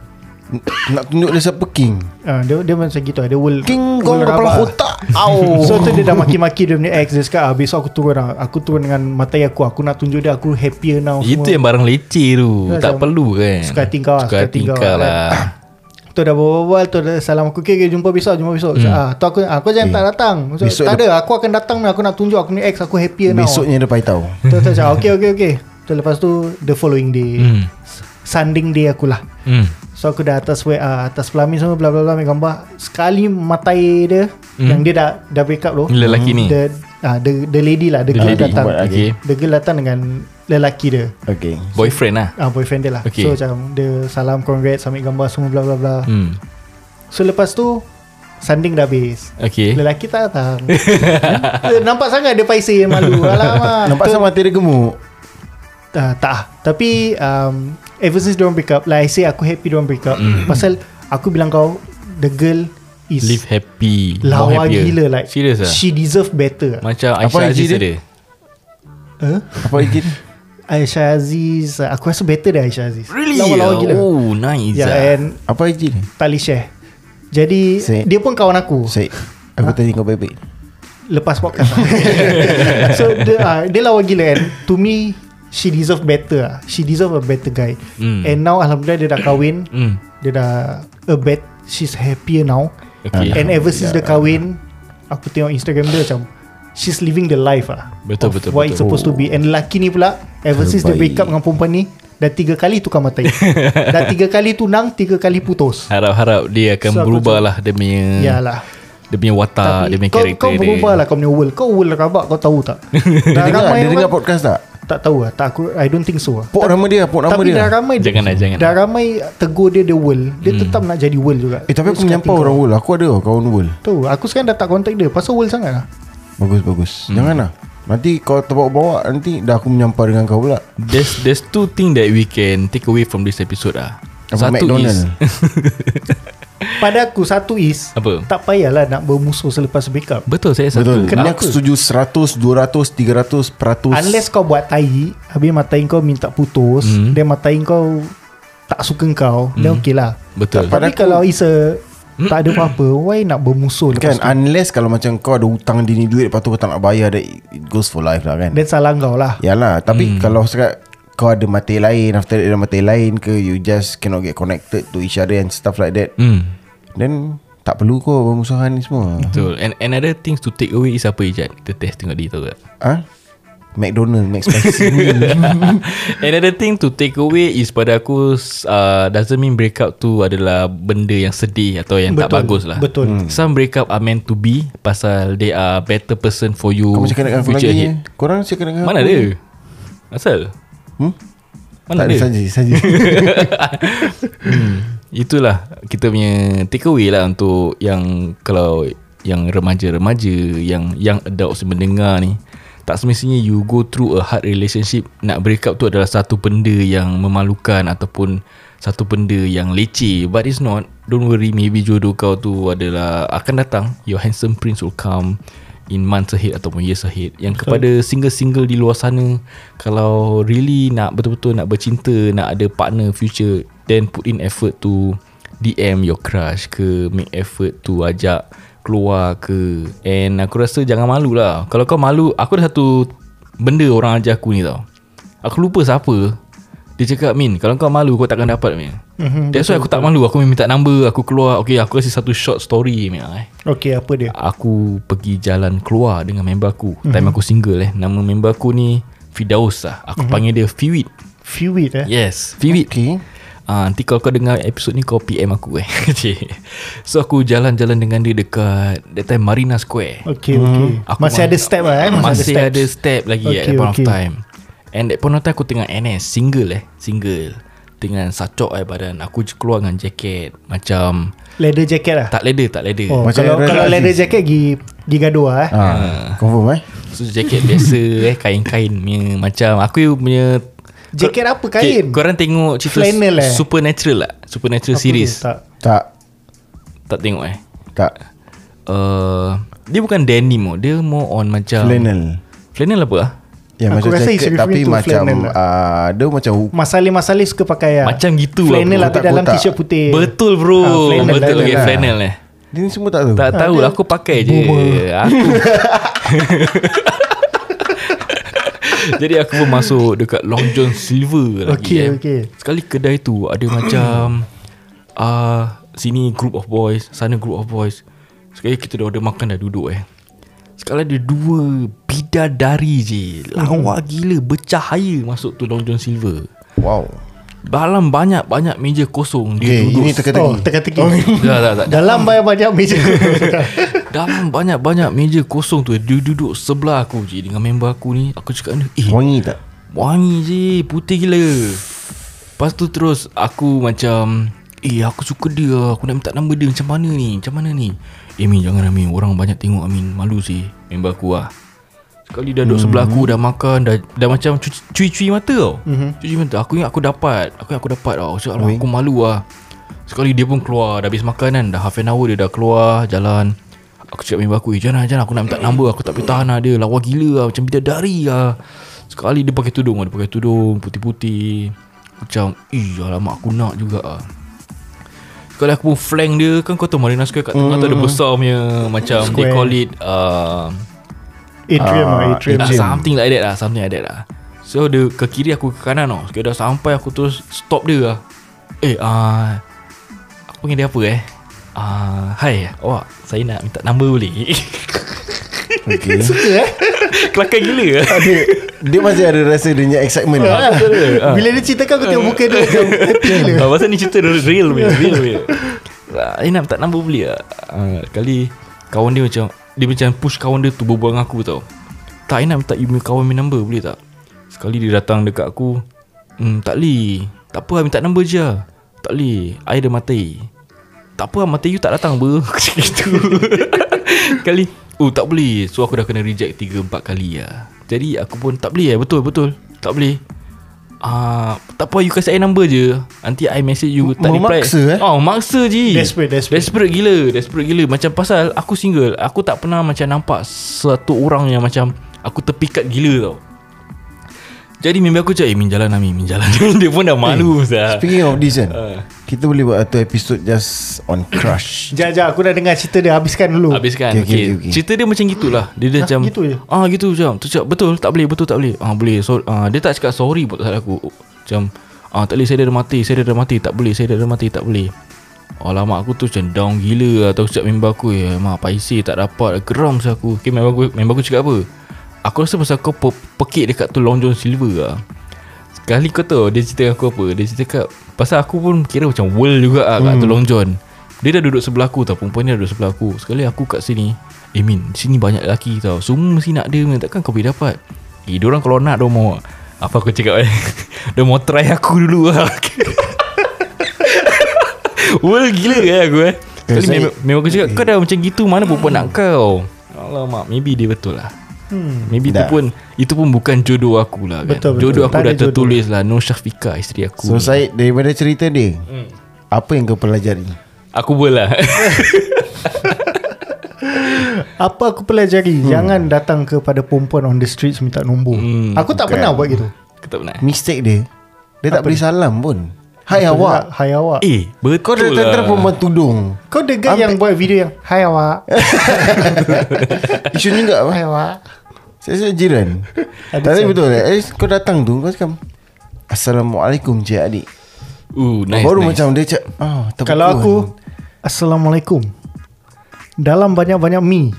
[SPEAKER 2] Nak tunjuk dia siapa king.
[SPEAKER 4] ah, dia, dia macam gitu lah The world
[SPEAKER 2] King kau
[SPEAKER 4] world
[SPEAKER 2] kepala
[SPEAKER 4] rabak.
[SPEAKER 2] otak. Au.
[SPEAKER 4] So tu dia dah maki-maki dia punya ex Dia cakap ah, besok aku turun lah Aku turun dengan matai aku Aku nak tunjuk dia Aku happier now
[SPEAKER 3] Itu
[SPEAKER 4] semua.
[SPEAKER 3] yang barang leceh tu.
[SPEAKER 4] Macam
[SPEAKER 3] Tak perlu kan.
[SPEAKER 4] um, suka hati kau lah,
[SPEAKER 3] Suka
[SPEAKER 4] suka
[SPEAKER 3] hati
[SPEAKER 4] hati kau
[SPEAKER 3] kau
[SPEAKER 4] lah.
[SPEAKER 3] lah.
[SPEAKER 4] Tu dah berbual Tu dah salam aku Okay, okay jumpa besok Jumpa besok hmm. ah, Tu aku Aku jangan tak datang so,
[SPEAKER 2] Besok
[SPEAKER 4] Tak
[SPEAKER 2] dia-
[SPEAKER 4] ada Aku akan datang Aku nak tunjuk Aku ni ex Aku happier now
[SPEAKER 2] Besoknya dia paitau.
[SPEAKER 4] Tu tu macam Okay okay okay Tu lepas tu The following day
[SPEAKER 3] Hmm.
[SPEAKER 4] Sanding day lah. akulah
[SPEAKER 3] Hmm.
[SPEAKER 4] So aku dah atas uh, Atas pelamin semua bla bla bla ambil gambar Sekali matai dia Yang dia dah Dah break up tu
[SPEAKER 3] Hmm. Lelaki ni.
[SPEAKER 4] The, ah, the, the lady lah The, girl
[SPEAKER 2] lady.
[SPEAKER 4] datang
[SPEAKER 2] Okay.
[SPEAKER 4] The girl datang dengan Lelaki dia
[SPEAKER 2] Okay.
[SPEAKER 3] Boyfriend lah.
[SPEAKER 4] ah, Boyfriend dia lah
[SPEAKER 3] Okay.
[SPEAKER 4] So macam Dia salam congrats Ambil gambar semua bla bla bla
[SPEAKER 3] Hmm.
[SPEAKER 4] So lepas tu Sanding dah habis
[SPEAKER 3] Okay.
[SPEAKER 4] Lelaki tak datang Eh, Nampak sangat dia paiseh malu Alamak
[SPEAKER 2] Nampak sama mata dia gemuk.
[SPEAKER 4] uh, Tak ah. Tapi um, Ever since diorang break up Like I say aku happy diorang break up Pasal Aku bilang kau The girl Is
[SPEAKER 3] Mm-hmm. Live happy. More
[SPEAKER 4] Lawa
[SPEAKER 3] happier.
[SPEAKER 4] gila like
[SPEAKER 3] Serious lah.
[SPEAKER 4] She deserve better
[SPEAKER 3] Macam
[SPEAKER 2] Apa
[SPEAKER 3] Aisyah
[SPEAKER 2] IG
[SPEAKER 3] Aziz
[SPEAKER 2] dia?
[SPEAKER 3] ada.
[SPEAKER 4] huh?
[SPEAKER 2] Apa lagi?
[SPEAKER 4] Aisyah Aziz uh, Aku rasa better dah Aisyah Aziz
[SPEAKER 3] Really?
[SPEAKER 4] Lawa-lawa gila
[SPEAKER 3] Oh, nice.
[SPEAKER 4] Yeah
[SPEAKER 3] ah.
[SPEAKER 4] and
[SPEAKER 2] Apa IG dia?
[SPEAKER 4] Tali share Jadi
[SPEAKER 2] Say.
[SPEAKER 4] Dia pun kawan aku
[SPEAKER 2] Syed, aku tanya kau baik-baik.
[SPEAKER 4] lepas podcast lah. so dia, uh, dia lawa gila and to me she deserve better lah. she deserve a better guy
[SPEAKER 3] Hmm.
[SPEAKER 4] and now alhamdulillah dia dah kahwin
[SPEAKER 3] Hmm.
[SPEAKER 4] dia dah a bet she's happier now
[SPEAKER 3] Okay.
[SPEAKER 4] and ever since dia kahwin aku tengok Instagram dia macam she's living the life lah
[SPEAKER 3] Betul,
[SPEAKER 4] of
[SPEAKER 3] betul, betul.
[SPEAKER 4] what it's supposed to be and lelaki ni pula ever since dia
[SPEAKER 2] Terbaik.
[SPEAKER 4] break up dengan perempuan ni dah tiga kali tukar matai dah tiga kali tunang tiga kali putus
[SPEAKER 3] Harap-harap dia akan
[SPEAKER 4] So, aku
[SPEAKER 3] berubah lah dia punya
[SPEAKER 4] Yalah
[SPEAKER 3] dia punya
[SPEAKER 2] Ah,
[SPEAKER 3] watak, dia
[SPEAKER 4] Tapi
[SPEAKER 3] punya
[SPEAKER 4] kau,
[SPEAKER 3] karakter
[SPEAKER 4] kau
[SPEAKER 3] dia.
[SPEAKER 4] berubah lah kau punya world Kau world rabak kau tahu tak
[SPEAKER 2] Dia
[SPEAKER 4] Dah
[SPEAKER 2] dengar, dia
[SPEAKER 4] orang-
[SPEAKER 2] dengar podcast tak?
[SPEAKER 4] Tak tahu lah tak, aku, I don't think so lah
[SPEAKER 2] Pok nama dia, pok nama
[SPEAKER 4] Tapi
[SPEAKER 2] dia.
[SPEAKER 4] dah ramai
[SPEAKER 3] Jangan lah, jangan
[SPEAKER 4] Dah ramai tegur dia the world Dia tetap nak jadi world juga
[SPEAKER 2] Hmm. Eh tapi aku menyampau orang Wul. Aku ada tau kawan Wul.
[SPEAKER 4] Tu aku sekarang dah tak contact dia Pasal world sangat lah
[SPEAKER 2] Bagus bagus. Jangan lah. Nanti kau terbawa-bawa nanti dah aku menyampau dengan kau pula.
[SPEAKER 3] There's there's two thing that we can take away from this episode ah.
[SPEAKER 2] Apa, McDonald?
[SPEAKER 3] is
[SPEAKER 4] Pada aku satu is
[SPEAKER 3] Apa?
[SPEAKER 4] Tak payahlah nak bermusuh selepas break up
[SPEAKER 3] betul saya
[SPEAKER 2] Betul. Ini
[SPEAKER 3] satu.
[SPEAKER 4] Kenapa?
[SPEAKER 2] aku setuju 100, 200, 300, peratus.
[SPEAKER 4] Unless kau buat tai Habis matai kau minta putus
[SPEAKER 3] Hmm.
[SPEAKER 4] Then matai kau Tak suka kau
[SPEAKER 2] Hmm.
[SPEAKER 4] Then okay lah
[SPEAKER 3] Betul.
[SPEAKER 2] Pada
[SPEAKER 4] Tapi
[SPEAKER 2] aku-
[SPEAKER 4] kalau is a Tak ada apa-apa Why nak bermusuh lepas
[SPEAKER 2] Hmm. Kan unless kalau macam kau ada hutang dia ni duit Lepas tu kau tak nak bayar that It goes for life lah kan
[SPEAKER 4] Then salah kau lah
[SPEAKER 3] Ya.
[SPEAKER 2] Yalah
[SPEAKER 3] Hmm.
[SPEAKER 2] Tapi kalau sekat Kau ada mata lain After that ada mata lain ke You just cannot get connected To each other And stuff like that
[SPEAKER 3] Hmm.
[SPEAKER 2] Then Tak perlu kau Bermusuhan ni semua
[SPEAKER 4] Hmm.
[SPEAKER 3] Betul. And another things to take away is apa Ijat? Kita test tengok dia tahu tak?
[SPEAKER 2] Ha? McDonald McSpicy
[SPEAKER 3] another thing to take away is pada aku uh, doesn't mean break up tu adalah benda yang sedih atau yang tak
[SPEAKER 4] Betul,
[SPEAKER 3] bagus lah.
[SPEAKER 4] betul.
[SPEAKER 2] Hmm.
[SPEAKER 3] Some break up are meant to be pasal they are better person for you.
[SPEAKER 2] Kau masih kena dengan aku
[SPEAKER 3] future
[SPEAKER 2] lagi
[SPEAKER 3] ahead.
[SPEAKER 2] Korang masih kena dengan
[SPEAKER 3] Mana
[SPEAKER 2] aku
[SPEAKER 3] ada? Asal?
[SPEAKER 2] Hmm?
[SPEAKER 3] Mana
[SPEAKER 2] tak ada
[SPEAKER 3] ada?
[SPEAKER 2] saja saja.
[SPEAKER 3] Itulah kita punya takeaway lah untuk yang kalau yang remaja-remaja, yang yang adults mendengar ni. Tak semestinya you go through a hard relationship, nak break up tu adalah satu benda yang memalukan ataupun satu benda yang leceh. But it's not. Don't worry, maybe jodoh kau tu adalah akan datang. Your handsome prince will come in months ahead ataupun years ahead. Yang kepada single-single di luar sana, kalau really nak betul-betul nak bercinta, nak ada partner future, then put in effort to DM your crush ke make effort to ajak keluar ke and aku rasa jangan malu lah kalau kau malu aku ada satu benda orang ajar aku ni tau. Aku lupa siapa. Dia cakap Min Kalau kau malu Kau takkan dapat Min mm-hmm, That's why aku tak malu Aku minta number Aku keluar Okay aku kasi satu short story Min eh.
[SPEAKER 4] Okay apa dia
[SPEAKER 3] Aku pergi jalan keluar Dengan member aku mm-hmm. Time aku single eh Nama member aku ni Fidaus lah Aku mm-hmm. panggil dia Fiwit
[SPEAKER 4] Few it eh
[SPEAKER 3] Yes Fiwit
[SPEAKER 2] Okay
[SPEAKER 3] Ah, nanti kalau kau dengar episod ni kau PM aku eh. Cik. so aku jalan-jalan dengan dia dekat that time Marina Square.
[SPEAKER 4] Okay
[SPEAKER 2] Hmm.
[SPEAKER 4] okay
[SPEAKER 3] Aku
[SPEAKER 4] Masih
[SPEAKER 3] ma-
[SPEAKER 4] Oh, ada step lah eh
[SPEAKER 3] Masih
[SPEAKER 4] steps.
[SPEAKER 3] ada step lagi okay, at
[SPEAKER 4] Okay,
[SPEAKER 3] that point okay.
[SPEAKER 4] okay.
[SPEAKER 3] of time. And that point of time aku tengah NS single eh, single. Dengan sacok eh badan Aku je keluar dengan jaket Macam
[SPEAKER 4] Leather jacket lah
[SPEAKER 3] Tak leather Tak leather oh.
[SPEAKER 4] Oh,
[SPEAKER 2] Macam
[SPEAKER 4] kalau,
[SPEAKER 2] Aaron
[SPEAKER 4] kalau
[SPEAKER 2] Aziz.
[SPEAKER 4] leather jacket gi gi gaduh lah, eh.
[SPEAKER 2] ha,
[SPEAKER 3] Ah.
[SPEAKER 2] Confirm eh
[SPEAKER 3] So jaket biasa eh Kain-kain punya Macam aku punya
[SPEAKER 4] Jaket apa
[SPEAKER 3] Okay,
[SPEAKER 4] kain?
[SPEAKER 3] korang tengok cerita
[SPEAKER 4] Flannel, eh?
[SPEAKER 3] Supernatural lah Supernatural
[SPEAKER 4] Apa
[SPEAKER 3] series
[SPEAKER 4] tu? Hmm, Tak.
[SPEAKER 2] Tak
[SPEAKER 3] tak tengok eh
[SPEAKER 2] Tak
[SPEAKER 3] uh, Dia bukan denim oh. Dia more on macam
[SPEAKER 2] Flannel
[SPEAKER 3] Flannel apa lah?
[SPEAKER 2] Ya macam
[SPEAKER 4] Aku rasa it's
[SPEAKER 2] jacket
[SPEAKER 4] referring
[SPEAKER 2] Tapi
[SPEAKER 4] to
[SPEAKER 2] macam
[SPEAKER 4] flannel lah.
[SPEAKER 2] uh, Dia macam
[SPEAKER 4] Masali-masali suka pakai lah.
[SPEAKER 3] Macam gitu lah,
[SPEAKER 4] Flannel
[SPEAKER 3] bro.
[SPEAKER 4] lah tapi dalam
[SPEAKER 2] Kotak-kotak.
[SPEAKER 4] t-shirt putih.
[SPEAKER 3] Betul bro
[SPEAKER 4] Ah, flannel,
[SPEAKER 3] Betul
[SPEAKER 4] flannel
[SPEAKER 3] okay,
[SPEAKER 2] lah.
[SPEAKER 3] flannel eh
[SPEAKER 2] Dia ni semua tak tahu
[SPEAKER 3] Tak tahu lah Aku pakai je Aku Jadi aku pun masuk Dekat Long John Silver lagi
[SPEAKER 4] Okay,
[SPEAKER 3] eh.
[SPEAKER 4] okay.
[SPEAKER 3] Sekali kedai tu Ada macam ah Sini group of boys Sana group of boys Sekali kita dah order makan Dah duduk eh Sekali ada dua Bidadari je Lawa gila Bercahaya Masuk tu Long John Silver
[SPEAKER 2] Wow
[SPEAKER 3] Dalam banyak-banyak meja kosong Dia
[SPEAKER 2] Okay
[SPEAKER 3] duduk
[SPEAKER 2] ini
[SPEAKER 4] Oh,
[SPEAKER 2] teka-teki
[SPEAKER 4] teka-teki.
[SPEAKER 3] Tak, tak, tak.
[SPEAKER 4] Dalam banyak-banyak meja.
[SPEAKER 3] Dalam banyak-banyak meja kosong tu Dia duduk sebelah aku je Dengan member aku ni Aku cakap dengan dia Eh
[SPEAKER 2] Wangi tak
[SPEAKER 3] wangi je Putih gila Lepas tu terus Aku macam Eh aku suka dia lah. Aku nak minta nombor dia Macam mana ni Macam mana ni Eh Min jangan Amin Orang banyak tengok Amin Malu sih Member aku lah Sekali dah duduk hmm. sebelah aku Dah makan Dah, dah macam cu- cui-cui mata tau mm-hmm. Cui-cui mata Aku ingat aku dapat Aku ingat aku dapat tau Aku cakap "Alamak, aku malu lah Sekali dia pun keluar Dah habis makan kan Dah half an hour dia dah keluar Jalan Aku cakap member aku Eh jangan lah, jangan lah. Aku nak minta number Aku tak boleh tahan lah dia Lawa gila lah Macam bidadari lah Sekali dia pakai tudung lah. Dia pakai tudung Putih-putih Macam Ih alamak aku nak juga lah Sekali aku pun flank dia Kan kau tahu Marina Square kat tengah tu ada besar punya Macam Square. they
[SPEAKER 4] Square.
[SPEAKER 3] call it uh,
[SPEAKER 4] Atrium lah,
[SPEAKER 2] Ah,
[SPEAKER 4] atrium.
[SPEAKER 3] Ah,
[SPEAKER 2] Gym.
[SPEAKER 3] something like that lah Something like that lah So dia ke kiri aku ke kanan tau Sekali dah sampai aku terus stop dia lah Eh ah Aku panggil dia apa eh Ah, hai awak Saya nak minta number boleh
[SPEAKER 2] Okay
[SPEAKER 4] eh?
[SPEAKER 3] Kelakar gila lah.
[SPEAKER 2] Tak ada Dia masih ada rasa Dia punya excitement lah.
[SPEAKER 4] Ah, Bila dia ceritakan aku tengok muka dia macam happy gila.
[SPEAKER 3] ah, Pasal ni cerita real punya Real punya Ini nak tak nombor boleh tak ah, Kali Kawan dia macam Dia macam push kawan dia tu Berbual dengan aku tau Tak nak minta you punya kawan punya number Boleh tak Sekali dia datang dekat aku hmm, Tak boleh Tak apa minta number je lah." Tak boleh I dah mati Tak apa mati you tak datang ber Macam gitu Kali Oh tak boleh So aku dah kena reject 3-4 kali lah Jadi aku pun tak boleh eh Betul betul Tak boleh Ah, tak apa you kasi I number je. Nanti I message you tak reply.
[SPEAKER 2] Memaksa, eh?
[SPEAKER 3] Oh, maksa je.
[SPEAKER 4] Desperate, desperate.
[SPEAKER 3] Desperate gila, desperate gila. Macam pasal aku single, aku tak pernah macam nampak satu orang yang macam aku terpikat gila tau. Jadi member aku cakap, eh min jalan lah min, min jalan. Dia pun dah malu sah.
[SPEAKER 4] Ah.
[SPEAKER 2] Speaking of this kan
[SPEAKER 3] Ah.
[SPEAKER 2] Kita boleh buat satu episode Just on crush
[SPEAKER 4] Jap, jap. Aku dah dengar cerita dia. Habiskan dulu.
[SPEAKER 3] Habiskan
[SPEAKER 2] Okay,
[SPEAKER 3] okay,
[SPEAKER 2] okay,
[SPEAKER 3] okay,
[SPEAKER 2] okay, okay.
[SPEAKER 3] Cerita dia macam gitulah Dia dah
[SPEAKER 4] Ah,
[SPEAKER 3] macam
[SPEAKER 4] gitu je?
[SPEAKER 3] Ah gitu macam Tu cakap betul tak boleh Betul tak boleh Ah boleh so, ah, Dia tak cakap sorry buat salah aku Macam ah, Tak boleh saya dah dah mati Saya dah dah mati Tak boleh saya dah dah mati Tak boleh Alamak aku tu macam down gila Atau cakap member aku ya, Mak paisi tak dapat Geram saya aku Okay member aku, member aku cakap apa Aku rasa pasal kau pe- pekik dekat tu Long John Silver lah Sekali kau tahu Dia cerita dengan aku apa Dia cerita kat Pasal aku pun kira macam world juga lah
[SPEAKER 4] Hmm.
[SPEAKER 3] Kat Long John Dia dah duduk sebelah aku tau Perempuan ni dah duduk sebelah aku Sekali aku kat sini Eh Min Sini banyak lelaki tau Semua mesti nak dia Min. Takkan kau boleh dapat Eh diorang kalau nak Diorang mau Apa aku cakap eh Dia mau try aku dulu lah World gila eh aku eh Sekali
[SPEAKER 2] saya-
[SPEAKER 3] memang, memang aku cakap Kau dah macam gitu
[SPEAKER 4] Hmm.
[SPEAKER 3] Mana perempuan nak kau Alamak Maybe dia betul lah Maybe
[SPEAKER 2] Dah.
[SPEAKER 3] itu pun Itu pun bukan jodoh aku lah kan
[SPEAKER 4] Hmm. Betul, betul.
[SPEAKER 3] Jodoh aku
[SPEAKER 4] Tak
[SPEAKER 3] dah
[SPEAKER 4] ada jodoh.
[SPEAKER 3] tertulis lah Nur Syafiqah isteri aku
[SPEAKER 2] So Syed Daripada cerita dia
[SPEAKER 3] Hmm.
[SPEAKER 2] Apa yang kau pelajari
[SPEAKER 3] Aku pun lah
[SPEAKER 4] Apa aku pelajari Jangan datang kepada perempuan On the streets Minta nombor
[SPEAKER 3] Hmm,
[SPEAKER 4] Aku tak pernah buat gitu
[SPEAKER 3] Aku tak pernah
[SPEAKER 2] Mistake dia Dia tak beri salam pun Hai
[SPEAKER 4] Betul tak?
[SPEAKER 2] awak
[SPEAKER 4] Hai awak
[SPEAKER 3] Eh betul
[SPEAKER 2] Kau dah
[SPEAKER 3] lah
[SPEAKER 2] tentera perempuan tudung
[SPEAKER 4] Kau the guy yang buat video yang Hai awak
[SPEAKER 2] Isu juga apa
[SPEAKER 4] Hai awak
[SPEAKER 2] Saya rasa jiran Tapi betul eh, Kau datang tu Kau cakap Assalamualaikum cik adik
[SPEAKER 3] Ooh, nice,
[SPEAKER 2] Baru
[SPEAKER 3] nice.
[SPEAKER 2] macam dia cak ah, terpukul.
[SPEAKER 4] Kalau aku Assalamualaikum Dalam banyak-banyak mi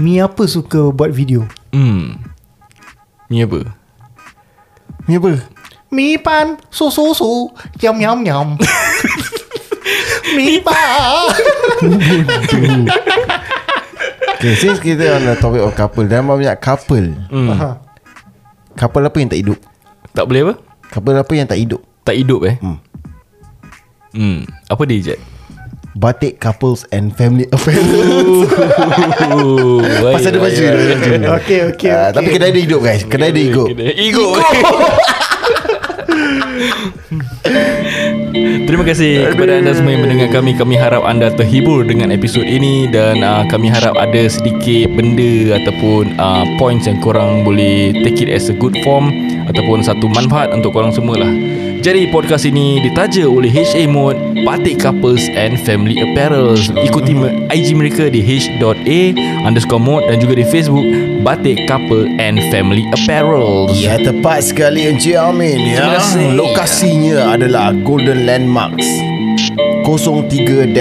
[SPEAKER 4] Mi apa suka buat video
[SPEAKER 3] Hmm. Ni apa?
[SPEAKER 2] Ni apa
[SPEAKER 4] Mi pan Su su su Yam yam yam Mi pan
[SPEAKER 2] Okay since kita on the topic of couple Dan banyak couple
[SPEAKER 3] Hmm.
[SPEAKER 4] Aha.
[SPEAKER 2] Couple apa yang tak hidup
[SPEAKER 3] Tak boleh apa?
[SPEAKER 2] Couple apa yang tak hidup
[SPEAKER 3] Tak hidup eh?
[SPEAKER 2] Hmm.
[SPEAKER 3] Hmm. Hmm. Apa dia, Jack?
[SPEAKER 2] Batik couples and family affairs
[SPEAKER 3] Ooh,
[SPEAKER 2] Pasal dia baju, dia baju.
[SPEAKER 4] Okay okay,
[SPEAKER 2] Ah,
[SPEAKER 4] okay.
[SPEAKER 2] Tapi kedai dia hidup guys Kedai dia hidup
[SPEAKER 3] Ego. Terima kasih kepada anda semua yang mendengar kami. Kami harap anda terhibur dengan episod ini dan uh, kami harap ada sedikit benda ataupun uh, points yang korang boleh take it as a good form ataupun satu manfaat untuk korang semualah. Jadi podcast ini ditaja oleh HA Mode, Batik Couples and Family Apparel. Ikuti me- IG mereka di h.a underscore mode dan juga di Facebook Batik Couple and Family Apparel.
[SPEAKER 2] Ya tepat sekali Encik Amin ya.
[SPEAKER 3] Terima kasih.
[SPEAKER 2] Lokasinya adalah Golden Landmarks 03-19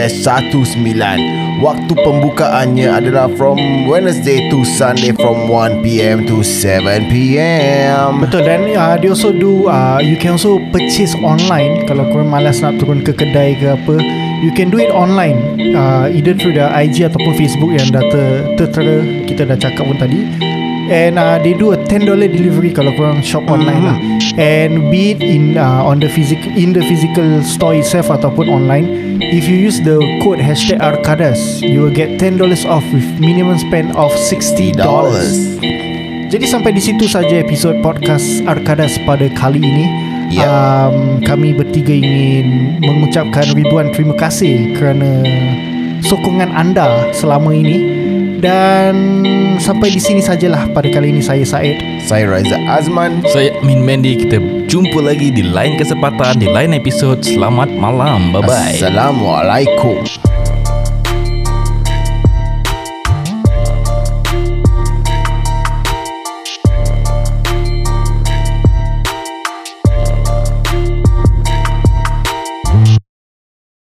[SPEAKER 2] Waktu pembukaannya adalah from Wednesday to Sunday from 1pm to 7pm
[SPEAKER 4] Betul dan uh, they also do uh, you can also purchase online kalau korang malas nak turun ke kedai ke apa you can do it online uh, either through the IG ataupun Facebook yang dah ter, tertera kita dah cakap pun tadi and uh, they do a $10 delivery kalau korang shop online lah and be it in uh, on the physical in the physical store itself ataupun online if you use the code hashtag Arkadas you will get $10 off with minimum spend of $60 jadi sampai di situ saja episod podcast Arkadas pada kali ini.
[SPEAKER 2] Ya.
[SPEAKER 4] Um, kami bertiga ingin mengucapkan ribuan terima kasih kerana sokongan anda selama ini. Dan sampai di sini sajalah pada kali ini saya Said.
[SPEAKER 2] Saya Raiza Azman
[SPEAKER 3] Saya Min Mandy Kita jumpa lagi di lain kesempatan Di lain episod Selamat malam Bye-bye
[SPEAKER 2] Assalamualaikum